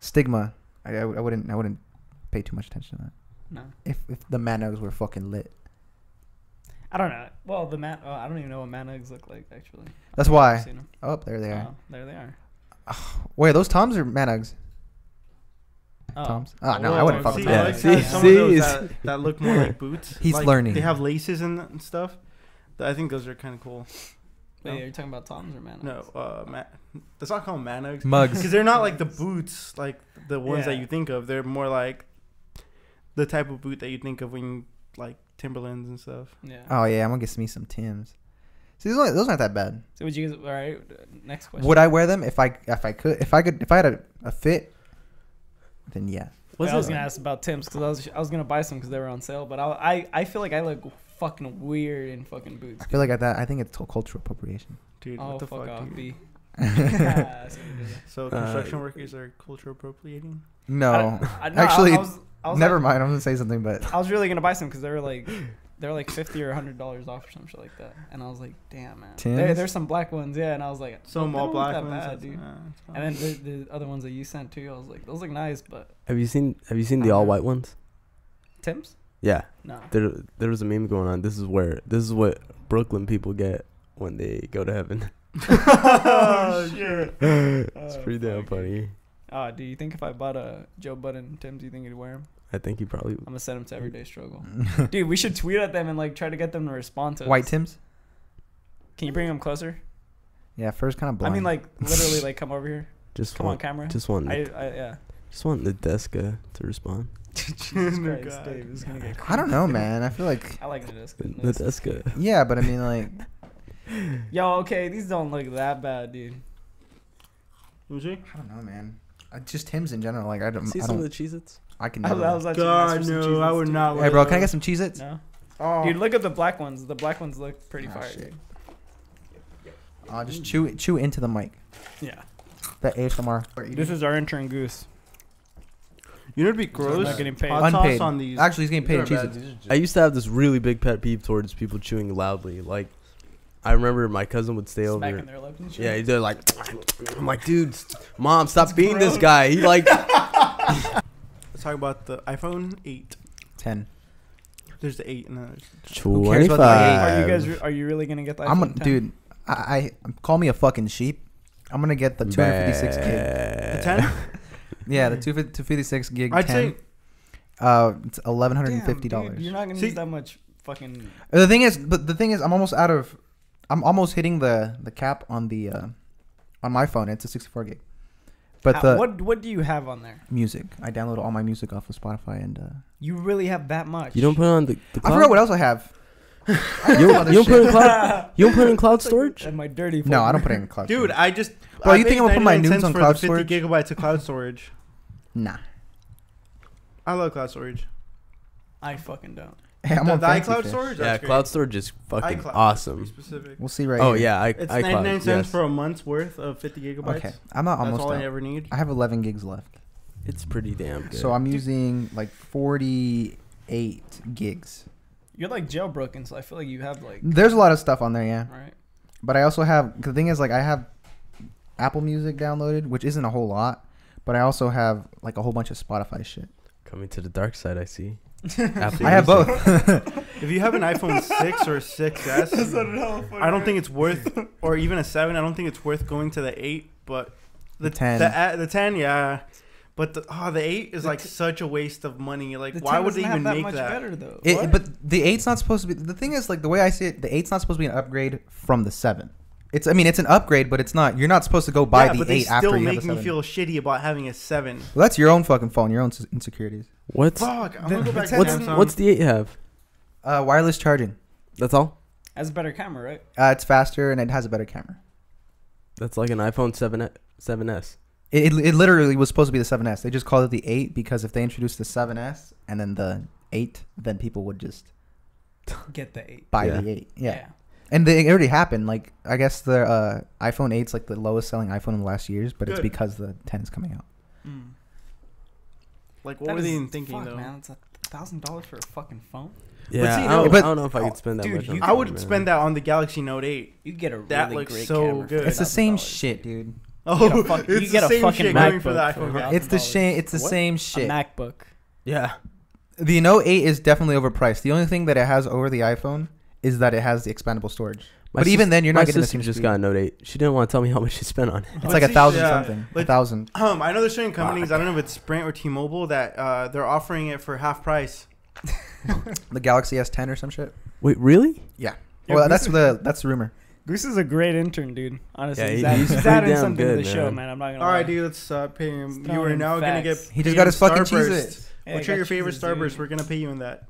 stigma, I, I, I wouldn't I wouldn't pay too much attention to that.
No.
If if the manos were fucking lit,
I don't know. Well, the man. Oh, I don't even know what man eggs look like actually. I
That's
don't know if I've
why.
seen 'em.
oh there they are.
Oh, there they are.
Wait, those toms are manos.
Oh.
Toms. Ah no, I wouldn't fuck
see,
with
Yeah,
I
that.
like
see,
how some of those
see,
that, that look more
(laughs)
like boots.
He's
like,
learning.
They have laces and, and stuff. Th- I think those are kind of cool.
Wait,
No.
you're talking about Toms or man?
No,
eggs?
uh, ma- that's not called manugs.
Mugs.
Because they're not like the boots, like the ones that
Yeah.
you think of. They're more like the type of boot that you think of when you like Timberlands and stuff.
Yeah.
Oh yeah, I'm gonna get me some Tims. See, those aren't, those aren't that bad.
So would you guys? All right. uh, Next question.
Would I wear them if I if I could if I could if I had a, a fit? Then yeah.
Wait, I was
it-
gonna ask about Tim's because I was I was gonna buy some because they were on sale, but I, I I feel like I look fucking weird in fucking boots.
I feel like at that I think it's cul- cultural appropriation. (laughs)
Dude,
Oh
what the
fuck,
fuck?
off,
dude?
B.
no,
That's gonna be the-
So
Uh,
construction workers are culture appropriating.
I- I- no, I-
actually,
I was- I was
never
like-
mind. I'm gonna say something, but
I was really gonna buy some because they were
(gasps)
like they were like fifty or hundred dollars off or some shit like that, and I was like, damn man, there,
Tims?
there's some black ones, yeah, and I was like,
Some
they
all
don't look
black
that
ones.
bad,
that's-
dude.
uh, it's fine. (laughs)
and then (laughs) the, the other ones that you sent too, I was like, those look nice, but
Have you seen Have you seen the all white ones?
Tim's,
Yeah,
no,
there there was a meme going on. This is where this is what Brooklyn people get when they go to heaven.
(laughs)
oh shit!
it's pretty damn
fuck, dude.
funny.
Ah, do you think if I bought a Joe Budden Tim's, you think he'd wear them?
I think he probably.
I'm gonna send them to Everyday
Mm.
Struggle.
(laughs)
Dude, we should tweet at them and like try to get them to respond to us.
white Tims.
Can you bring them closer?
Yeah, first kind of
I
blind.
mean, like literally, like come over here.
Just
Come on,
want,
camera.
just want,
I, I yeah.
just want the Deska to respond.
(laughs) Jesus
my
Christ,
God.
Dave, this is gonna get.
I
(laughs)
don't know, man. I feel like
I like this.
The Deska.
yeah, but uh, I mean, like
Yo, okay, these don't look that bad, dude.
You see?
I don't know, man. I, just Tims in general. Like I don't.
See
I,
some of
don't
the Cheez-Its?
I
(laughs)
can
I was,
never.
I was actually gonna ask
God,
for some
no,
cheese
I
and
would
stuff.
not.
hey,
(laughs)
bro, can I get some Cheez-Its?
No,
Oh,
dude, look at the black ones. The black ones look pretty
Ah,
fire.
shit.
dude.
Aw, just chew chew into the mic.
Yeah.
That ASMR.
This is our intern goose.
You know, it'd be
We're
gross.
not getting paid.
Hot sauce
Unpaid.
on these.
Actually, he's getting paid in
These aren't
Cheez-Its.
I used to have this really big pet peeve towards people chewing loudly. Like, I remember my cousin would stay over.
Smacking their lips and shit.
Yeah, he's there like, I'm like, dude, mom, stop beating this guy.
(laughs)
He like,
Let's talk about the iPhone 8.
Ten.
There's the 8 and then there's
Who cares about the
Are you- are you guys?
25.
Re- are you really gonna get that?
I'm gonna, dude. I, I call me a fucking sheep. I'm gonna get the 256 gig.
the
Bad.
10.
Yeah, the 250 256 gig
I'd
10.
say
uh, it's eleven hundred
Damn,
and fifty
dude,
dollars.
You're not gonna
See-
use that much fucking.
The thing is, but the thing is, I'm almost out of. I'm almost hitting the the cap on the uh, on my phone. It's a 64 gig. But
How-
the
what what do you have on there?
music, I downloaded all my music off of Spotify, and uh,
You really have that much?
You don't
(laughs)
put it on the, the
I
cloud.
forgot what else
(laughs)
I have. I
You
got
don't,
other
you don't put it
shit.
(laughs)
in cloud. You don't put it
(laughs)
in cloud storage.
And my dirty.
No, I don't
folder.
put it in cloud.
Dude,
storage.
I just.
Bro,
I
you think
paid
I'm gonna put my
99
nudes
cents
on
for
cloud
the 50 gigabytes of cloud storage.
nah.
I love cloud storage.
(laughs) I fucking don't.
Hey, (laughs) I'm
the
on
the
fancy
iCloud
fish.
storage.
Yeah,
That's great.
cloud storage is fucking
iCloud, To be
awesome.
specific.
We'll see right.
Oh
here.
yeah, I,
It's
iCloud.
99 cents
yes.
for a month's worth of 50 gigabytes.
Okay, I'm not
That's
almost
all I
out.
ever need.
I have 11 gigs left,
It's pretty damn good.
so I'm using like 48 gigs.
You're like jailbroken, so I feel like you have like.
There's a lot of stuff on there, yeah.
Right.
But I also have the thing is like I have Apple Music downloaded, which isn't a whole lot, but I also have like a whole bunch of Spotify shit.
coming to the dark side.
(laughs)
I see. Apple
I have
Music.
both.
If you have an
(laughs)
iPhone 6 or 6S, I don't think it's worth, or even a 7, I don't think it's worth going to the 8, but the,
The 10.
The, a- the 10, yeah. But the, oh, the 8 is
The
like
t-
such a waste of money. Like,
The
why
tin
would they
doesn't have
even
that
make
much
that?
better though?
It, but the eight's not supposed to be. The thing is like the way I see it, the eight's not supposed to be an upgrade from the seven. It's I mean it's an upgrade, but it's not. You're not supposed to go buy
yeah,
the
but they
eight after
still
you have
make
the
me
seven.
feel shitty about having a 7.
well, that's your own fucking phone, your own s- insecurities.
What's
Fuck, I'm
The-
gonna
the
go back to
10
what's
Samsung.
what's the eight have?
Uh, wireless charging.
That's all.
That's a better camera, right?
Uh, it's faster and it has a better camera.
That's like an iPhone e, 7 7s.
It, it, it literally was supposed to be the 7S. They just called it the 8 because if they introduced the 7S and then the 8, then people would just
Get the eight.
buy
Yeah.
the 8. Yeah. And they, it already happened. Like, I guess the uh, iPhone 8's like the lowest selling iPhone in the last years, but it's
Good.
because the 10 is coming out.
Mm.
Like, what
That
were they
is-
even thinking,
fuck,
though?
Man, it's a thousand dollars for a fucking phone.
Yeah,
see,
I, don't,
no,
I don't know if I could spend that
dude,
much. on
you-
I
something,
would
man.
spend that on the Galaxy Note 8.
(laughs) You get a
That
really
looks
great
so
camera. for
good.
It's the same
$1,000,
shit, dude.
You get a fuck- you get a fucking
going for Oh, the
MacBook
iPhone.
for
guy.
$1,000.
(laughs) It's the same. It's the
What?
same
a
shit.
MacBook.
Yeah.
the Note 8 is definitely overpriced. The only thing that it has over the iPhone is that it has the expandable storage.
My
but even
sis-
then, you're
my
not getting the
sister
same
just
speed.
got a Note 8. She didn't want to tell me how much she spent on it.
It's
But
like a
see,
thousand
yeah,
something. A
but-
thousand.
Um, I know there's certain companies. I don't know if it's Sprint or T-Mobile that uh, they're offering it for half price.
The Galaxy S10 or some shit.
Wait, really?
Yeah,
well,
we-
that's the that's the rumor. (laughs)
Goose is a great intern, dude. Honestly,
Yeah,
he's,
he-
adding,
he's
he's
pretty
adding
damn
something to
good,
the show,
man.
man. I'm not gonna.
All right,
lie.
dude, let's uh, pay him.
Just
You
throwing
are
in
now gonna
facts.
get.
He just
paid
got
in
his fucking Cheez-It.
Starburst.
Hey,
What's
I
your
got
favorite
cheese, dude.
Starburst? We're gonna pay you in that.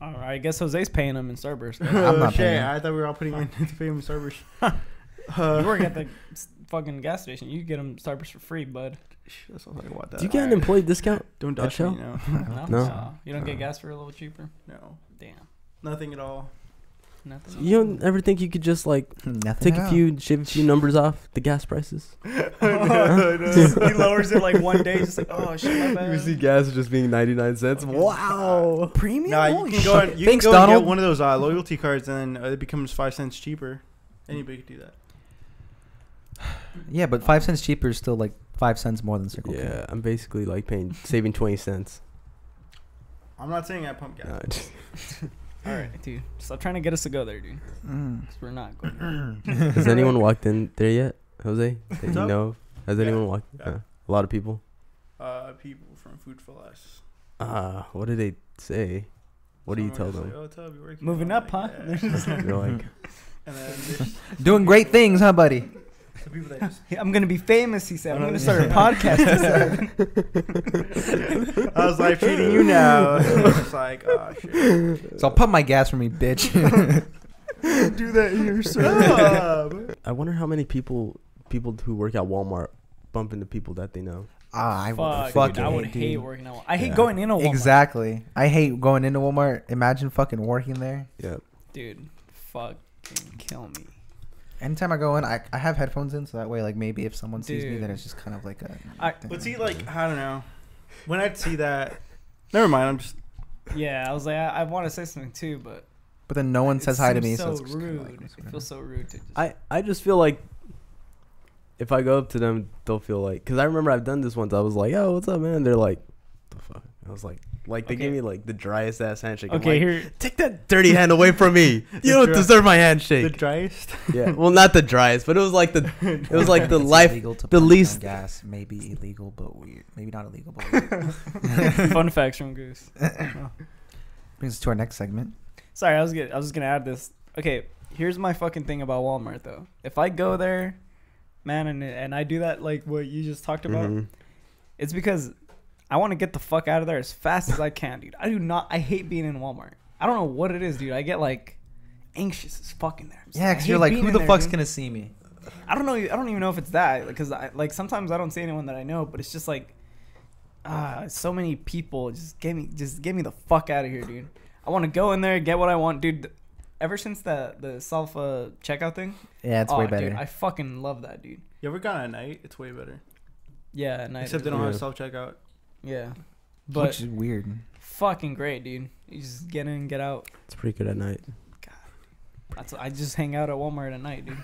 All right, I guess Jose's paying him in
(laughs)
Starburst. though.
(laughs) I'm
oh
not
shit!
paying.
I thought we were all putting in (laughs) to pay him in
(laughs)
Starburst.
you
(laughs) Uh,
work at the s- fucking gas station. You get him Starburst for free, bud.
that's all I want.
Do you get an employee discount?
Don't
that
touch
show?
me. No,
No,
(laughs)
Oh,
No.
you don't get gas for a little cheaper.
no,
Damn,
nothing at
(laughs)
all. (laughs)
nothing.
You don't ever think you could just like
Nothing.
take
at
a
all.
few, shave a few numbers off the gas
(laughs)
prices?
Oh,
(laughs)
he lowers it like one day, just like oh shit, my bad.
gas just being 99 cents. Wow.
premium.
Nah, you
Holy
can go
shit.
and, you
Thanks,
can go and
Donald.
get one of those uh, loyalty cards, and then uh, it becomes five cents cheaper. Anybody could do that.
Yeah, but five cents cheaper is still like five cents more than Circle K.
Yeah, I'm basically like paying, saving 20 cents.
I'm not saying I pump gas.
Nah, just-
All right, dude, stop trying to get us to go there, dude.
Mm.
Cause we're not going.
(laughs)
Has anyone walked in there yet, Jose? That you
What's up?
know? of? Has
Yeah,
anyone walked?
yeah.
uh, a lot of people.
Uh, people from Food for Less.
Uh, what did they say? What do you tell
Someone
them?
was Like, oh, Tub, you're working
Moving
on
up,
it."
huh?
Yeah.
They're (laughs) just like-
They're like,
and then there's
(laughs)
(laughs)
Doing great things, huh, buddy?
the people
(laughs)
that just.
I'm gonna be famous, he said. I'm gonna
Another-
(laughs)
start a podcast. He said.
(laughs) I was like treating
(laughs)
you now. it's like, oh shit.
So I'll pump my gas for me, bitch.
(laughs) Do that here,
(laughs)
sir.
I wonder how many people people who work at Walmart bump into people that they know.
ah, I
Fuck,
would
dude,
fucking
I would
hate,
hate
dude.
working at Walmart. I hate
Yeah.
going in a Walmart.
Exactly. I hate going into Walmart. Imagine fucking working there.
Yeah.
Dude, fucking kill me.
Anytime I go in, I, I have headphones in, so that way, like, maybe if someone sees me, then
Dude.
it's just kind of like a.
I-
But see, like, I don't know. When I'd see that, never mind. I'm just.
Yeah, I was like, I, I want to say something too, but
But then no one
it
says hi to me,
seems
so,
so,
it's just kinda
rude.
like, it's
it feels so rude to just.
I I just feel like if I go up to them, they'll feel like because I remember I've done this once. I was like, "Yo, what's up, man?" And they're like, "The fuck." I was like, like they gave
Okay.
me like the driest ass handshake. I'm
okay,
like,
here.
Take that dirty hand away from me. You don't
dri-
deserve
(laughs)
my
The
handshake.
driest.
yeah. (laughs) Well, not the driest, but it was like the it
(laughs)
was like the
It's
life.
illegal to
the
pump on
least-
gas maybe illegal but weird maybe not illegal but weird.
(laughs) fun facts from (laughs) Goose.
brings us to our next segment
Sorry, I was gonna, I was just gonna add this. Okay, here's my fucking thing about Walmart though. If I go there, man, and and I do that like what you just talked about,
Mhm.
it's because I want to get the fuck out of there as fast as I can, dude. I do not. I hate being in Walmart. I don't know what it is, dude. I get like anxious as fuck in there. I'm just
yeah
I
because
hate
you're like
being
who
in
the
there,
fuck's
dude.
gonna see me
I don't know. I don't even know if it's that because I, like sometimes I don't see anyone that I know, but it's just like, ah, so many people just get me, just get me the fuck out of here, dude. I want to go in there, get what I want, dude. Ever since the the self uh, checkout thing,
yeah it's
aw,
way
dude,
better
I fucking love that, dude.
You ever gone at night? It's way better.
Yeah, and I
Except they don't have
Yeah.
self checkout.
yeah, but
which is weird
fucking great, dude. You just get in, get out.
It's pretty good at night.
That's I just hang out at Walmart at night, dude.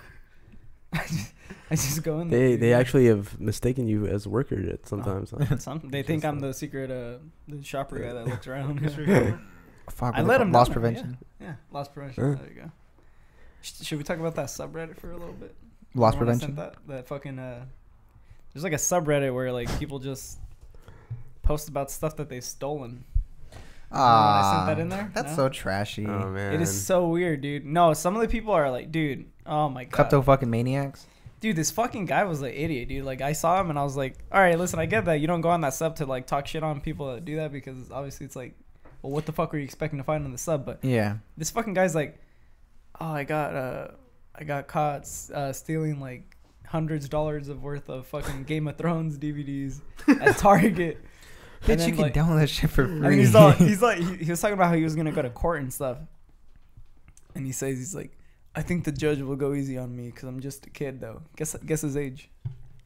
(laughs) I just, I just go in there.
They
dude.
they actually have mistaken you as worker at sometimes. huh?
Some, they think I'm the secret uh the shopper guy that looks
(laughs)
around.
(laughs) Fuck,
I
what
let
the-
him
loss
know,
prevention
Yeah, lost prevention.
Huh.
There you go. Sh- should we talk about that subreddit for a little bit?
loss
The one I sent
prevention
That, that fucking uh, there's like a subreddit where like people just post about stuff that they've stolen.
ah
I sent that in there?
that's
No?
so trashy
Oh
(laughs)
man.
It is so weird, dude. No, some of the people are like, dude, oh my god,
klepto fucking maniacs
dude, this fucking guy was an idiot, dude. Like I saw him and I was like, all right, listen, I get that you don't go on that sub to like talk shit on people that do that because obviously it's like, well, what the fuck were you expecting to find on the sub? But
yeah
this fucking guy's like, oh, I got uh, I got caught s- uh, stealing like hundreds of dollars of worth of
(laughs)
fucking Game of Thrones DVDs at Target. And
bitch
then,
you can
like-
download that shit for
And
free
he's all, he's like, he, he was talking about how he was gonna go to court and stuff. And he says, he's like, I think the judge will go easy on me because I'm just a kid though. Guess guess his age.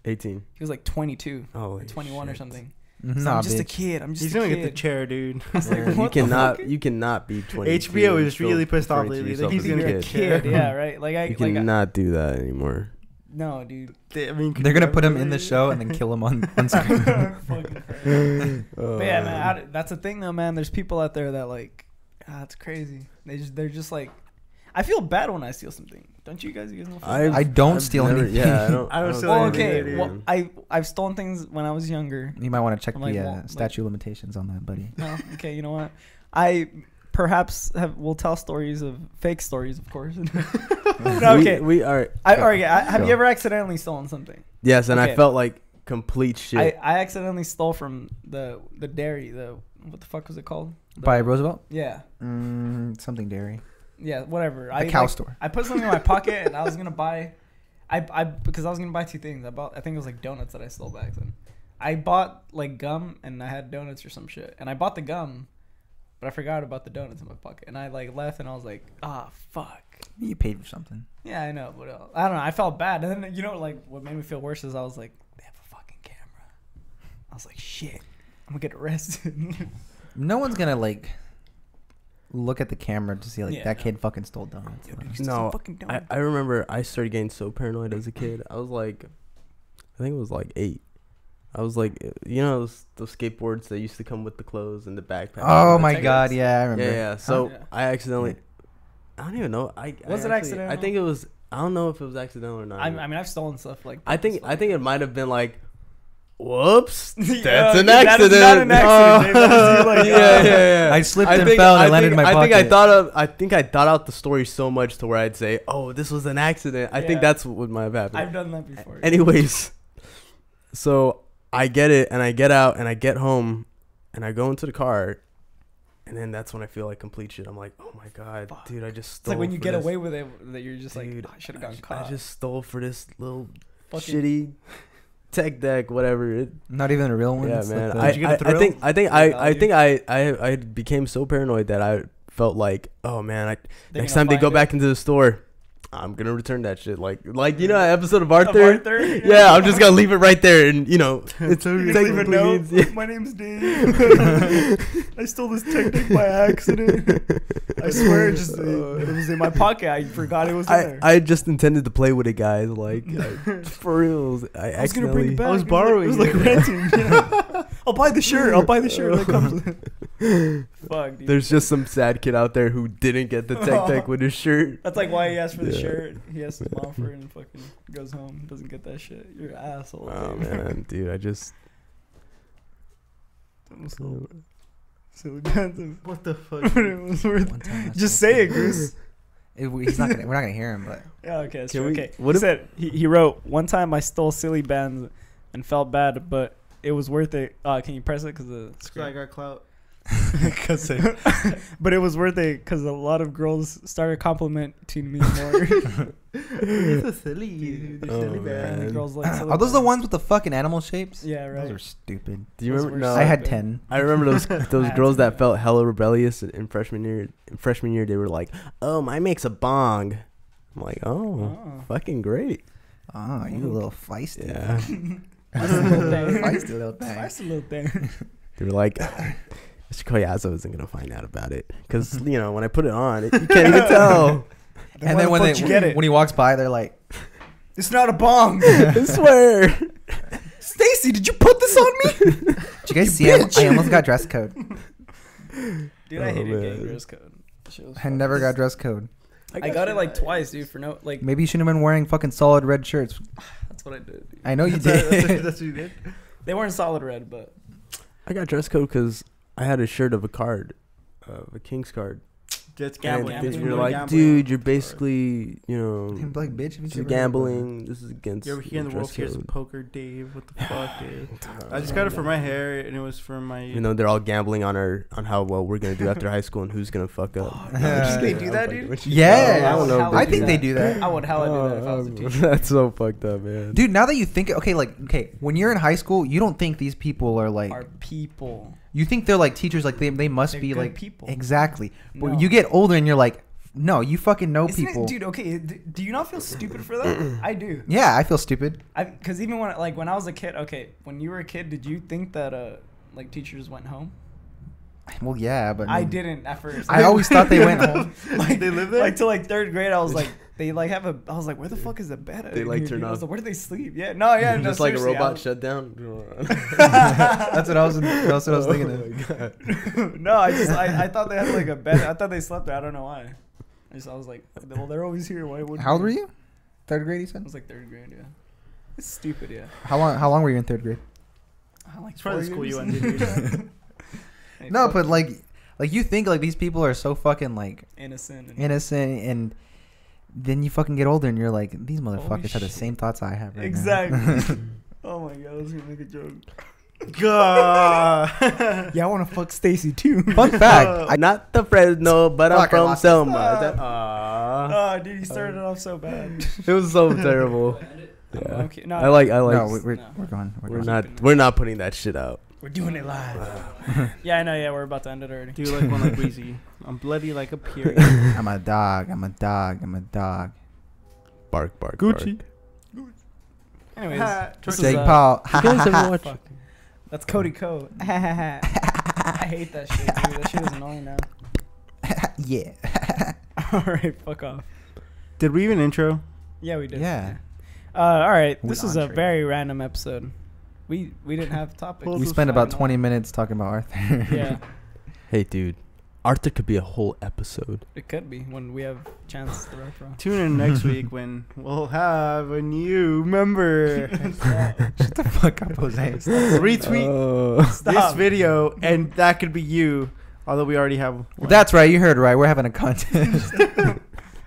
18.
He was like 22,
Oh,
21 or something. So
(laughs) nah
I'm just a
bitch
kid. I'm just
He's
a
gonna
kid.
get the chair, dude.
(laughs) It's like,
you
what the
cannot
fuck?
you cannot be 20.
HBO is really pissed off lately. They keep
He's
gonna
gonna
get
a
(laughs) the chair.
kid. Yeah, right. Like uh, I
You
like I-
cannot do that anymore.
No, dude.
(laughs) They- I mean, could
They're
you
gonna put him in the
ever-
show and then kill him
(laughs)
on,
(laughs)
on screen.
Fucking crazy.
Uh,
But yeah, man, I, that's the thing though, man. There's people out there that like, ah, it's crazy. They just they're just like, I feel bad when I steal something. Don't you guys? You guys don't feel
Uh, I've-
bad?
I don't
I've
steal
never-
anything.
Yeah,
(laughs)
I don't.
I don't steal
Well,
anything
okay,
either.
well, I I've stolen things when I was younger.
you might want to check
I'm like,
the uh,
well, like-
statute limitations on that, buddy.
No, okay, you know what? I perhaps have will tell stories of fake stories, of course. (laughs) No, okay.
We, we are.
I, all right, I, have
Go.
you ever accidentally stolen something?
Yes, and I
Okay.
felt like complete shit.
I, I accidentally stole from the the dairy. The what the fuck was it called? The-
By Roosevelt,
yeah,
mm, something dairy,
yeah, whatever.
the
I
cow
like,
store.
I put something in my pocket and I was gonna buy, I, I because I was gonna buy two things. I bought I think it was like donuts that I stole back then. I bought like gum and I had donuts or some shit, and I bought the gum, but I forgot about the donuts in my pocket, and I like left and I was like, ah, fuck.
You paid for something.
Yeah, I know, but uh, I don't know. I felt bad, and then you know, like what made me feel worse is I was like, they have a fucking camera. I was like, shit, I'm gonna get arrested. (laughs)
No one's gonna like look at the camera to see like
Yeah,
that
no.
kid fucking stole donuts.
Dude,
Like,
you stole
No,
fucking
I,
donuts.
I remember I started getting so paranoid as a kid. I was like, I think it was like eight. I was like, you know, those, those skateboards that used to come with the clothes and the backpack.
oh
That's-
my
Take
god,
it.
yeah, I
Yeah,
remember.
yeah. yeah. So
Yeah.
I accidentally, I don't even know. I
Was it
I
accidental?
I think it was. I don't know if it was accidental or not.
I, I mean, I've stolen stuff like.
I think I
like-
think it might have been like, whoops,
(laughs) Yeah,
that's an
that is
accident.
not an accident,
Oh.
dude. That is like,
(laughs)
uh,
yeah, yeah, yeah.
I slipped and fell and it landed in my
I think I
pocket.
thought of I think I thought out the story so much to where I'd say, oh, this was an accident. I
Yeah.
think that's what might have happened.
I've done that before.
Anyways, so I get it and I get out and I get home and I go into the car. And then that's when I feel like complete shit. I'm like, oh my god,
Fuck.
dude, I just
it's
stole.
like when you
for
get
this-
away with it, that you're just like,
Dude,
"Oh, I should have
I
gotten
ju-
caught.
I just stole for this little
Fucking-
shitty tech deck, whatever. It,
Not even a real one.
yeah,
it's, like,
man.
the-
I,
Did you get a
I- I
thrill?
think I think
Yeah,
I, I
dude.
think I, I I became so paranoid that I felt like, oh man, I,
They're
next
gonna
time they
find
go
it.
back into the store, I'm gonna return that shit. Like like you know that episode
Of
of Arthur.
Arthur,
Yeah, I'm (laughs) just gonna leave it right there, and you
(laughs)
know, it's
You're gonna leave a
technically
note?
it's- yeah.
My name's
(laughs)
Dave. I stole this technique by accident. I swear, it just it, was in my pocket. I forgot it was in
Uh, I,
there.
I just intended to play with it, guys.
(laughs)
Like, I- for reals. I,
I was gonna bring
accidentally-
it back.
I was
It like-
borrowing
It
(laughs)
was like,
it.
renting. yeah. (laughs) I'll buy the shirt. I'll buy the shirt. That comes with it. Fuck, dude.
There's just some sad kid out there who didn't get the tech deck with his shirt.
That's like why he asked for the
Yeah.
shirt. He asked his mom for it and fucking goes home. Doesn't get that shit. You're an asshole.
Oh
dude. (laughs)
man, dude, I just
Silly (laughs) Benson.
What the (laughs) fuck?
it was worth.
one
(laughs)
time I
Just
stole
say it,
something.
Goose.
(laughs) It- we- he's not gonna, we're not gonna hear him, but
Yeah, okay, that's
Can
true.
we-
okay.
what
he
if-
said he, he wrote one time I stole silly bands and felt bad, but it was worth it. Uh, can you press it? Cause the
So I got (laughs) clout.
Cause (laughs) but it was worth it because a lot of girls started complimenting me
(laughs)
more.
(laughs) You're so silly. You're
Oh,
silly,
and the
man.
man.
girls
(laughs)
like silly
are those the
bands.
ones with the fucking animal shapes?
Yeah,
Those
right.
are stupid.
do you
Those
remember?
were
No,
so
I had
bad.
ten.
I remember those those
That's
girls that
good.
felt hella rebellious in, in freshman year. In freshman year, they were like, "Oh, my makes a bong." I'm like, "Oh,
Oh.
fucking great."
Oh, you a little feisty.
Yeah,
(laughs)
(laughs)
Feisty little thing. (laughs)
feisty little thing.
Nice little thing.
they were like. (laughs) Mr. Koyazo isn't gonna find out about it because you know when I put it on,
(laughs)
it, you can't even tell.
And then when
why (laughs)
they
the fuck you get it?
when he walks by, they're like,
It's not a bomb.
I swear.
Stacy, did you put this on me?
"Did you guys see him? I almost got dress code.
Dude, I
Oh,
hated getting
man.
dress code. Shit was
I
fucking-
never got dress code.
I got it like twice, dude. For no, like
Maybe you shouldn't have been wearing fucking solid red shirts.
that's what I did. Dude.
I know
(laughs)
you
That's what- that's what-
(laughs) did.
that's what you did.
They weren't solid red, but
I got dress code because I had a shirt of a card, of a King's card.
That's
And
gambling.
they
Gambling.
were
You're
like,
Gambling.
dude, you're basically, you know,
I'm like, bitch, if you
this
should
is
have-
gambling. This is against.
You're over here in the
dress
World Series of
code."
Poker, Dave.
(sighs)
What the fuck, Dave? I just got it for my hair, and it was from my. (laughs)
Even though they're all gambling on our on how well we're gonna do after high school and who's gonna
(laughs)
fuck up.
no, Yeah. just
they
kidding.
do
I'm
that,
fucking
dude.
with you.
Yeah,
I don't know if
I
they
think
do
they
that.
do that.
I would hella do that if I was a
Oh,
(laughs)
teacher.
(laughs) That's so fucked up, man.
Dude, now that you think, okay, like, okay, when you're in high school, you don't think these people are like,
Are people?
you think they're like teachers, like they, they must
They're
be
good
like
people.
exactly. But
No.
you get older and you're like, no, you fucking know
Isn't it-
people.
dude, okay, d- do you not feel stupid for that? I do.
yeah, I feel stupid.
I because even when like when I was a kid, okay, when you were a kid, did you think that uh like teachers went home?
Well, yeah, but
I didn't at first.
I always thought they went home.
(laughs) like
They live there?
Like till like third grade, I was like, They like have a. I was like, where the fuck is the bed? at
They,
in
like,
here,
turn
dude? I was
off.
like, where do they sleep? Yeah, no, yeah, no,
(laughs) just like a
seriously, I
robot
was- (laughs)
shutdown.
That's what I was. That's what I was thinking.
Oh
Of.
my
(laughs)
God.
no, I just I,
(laughs)
I thought they had like a bed. I thought they slept there. I don't know why. I just I was like, well, they're always here. Why would?
How old were you? Third grade, you
I
said.
was like third grade. Yeah, it's stupid. Yeah,
How long? How long were you in third grade?
I like
It's probably
four
the school you
years.
went
(laughs) Hey,
No,
fuck
but like, like you think like these people are so fucking like
innocent. And
innocent, and then you fucking get older and you're like, these
Holy
motherfuckers have the
shit.
same thoughts I have. Right
(laughs)
now.
Exactly. oh my god, I was gonna make a joke.
(laughs)
God.
Yeah, I want to fuck Stacy too.
Fun
(laughs)
fact. I,
Not the Fresno, but I'm
Fuck, I
from
lost it.
Selma. Is that- Ah.
oh, dude, you started it off so bad.
it
(laughs)
was so terrible. Yeah.
Okay, no,
I like. uh, I
no,
like.
we, we're,
no.
we're going. We're,
We're
going.
not. We're not putting that shit out.
We're doing it live. yeah, I know. Yeah, we're about to end it already.
Do you like one like Wheezy? I'm bloody like a period.
I'm a dog. I'm a dog. I'm a dog.
Bark, bark,
Gucci.
(laughs) Anyways,
Ha,
this is,
Jake
uh,
Paul. (laughs)
(laughs)
Bark. You guys ever watch?
fuck. That's Cody (laughs) Co. I hate that shit, dude. That shit is annoying (laughs) now.
yeah.
all right, fuck off.
Did we even intro?
Yeah, we did.
Yeah.
Uh, all right,
With
this is a
entree.
very random episode. We we didn't have topics.
Well,
We
this is
spent about
fucking
20 minutes talking about Arthur. (laughs)
awesome. Yeah,
Hey, dude. Arthur could be a whole episode.
(laughs) it could be when we have chance to rap
(laughs)
from.
Tune in next week when we'll have a new member.
Shut the fuck up, (laughs) Jose.
Retweet
(laughs)
Oh.
this
Stop.
video, and that could be you. Although we already have. one.
That's right. You heard right. We're having a contest.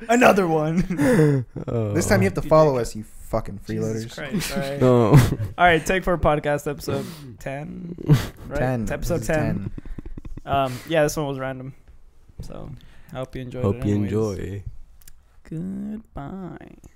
Another
(laughs)
one.
(laughs)
Oh.
this
(laughs)
time (laughs) you have to
You
follow
dick.
us, you fucking
Jesus
freeloaders.
Christ, all right.
No.
All right, take four podcast episode ten, right?
10.
It's
This
episode
is
ten. Um, yeah, this one was random. So I hope you enjoyed.
Hope
it
you
anyways.
enjoy.
Goodbye.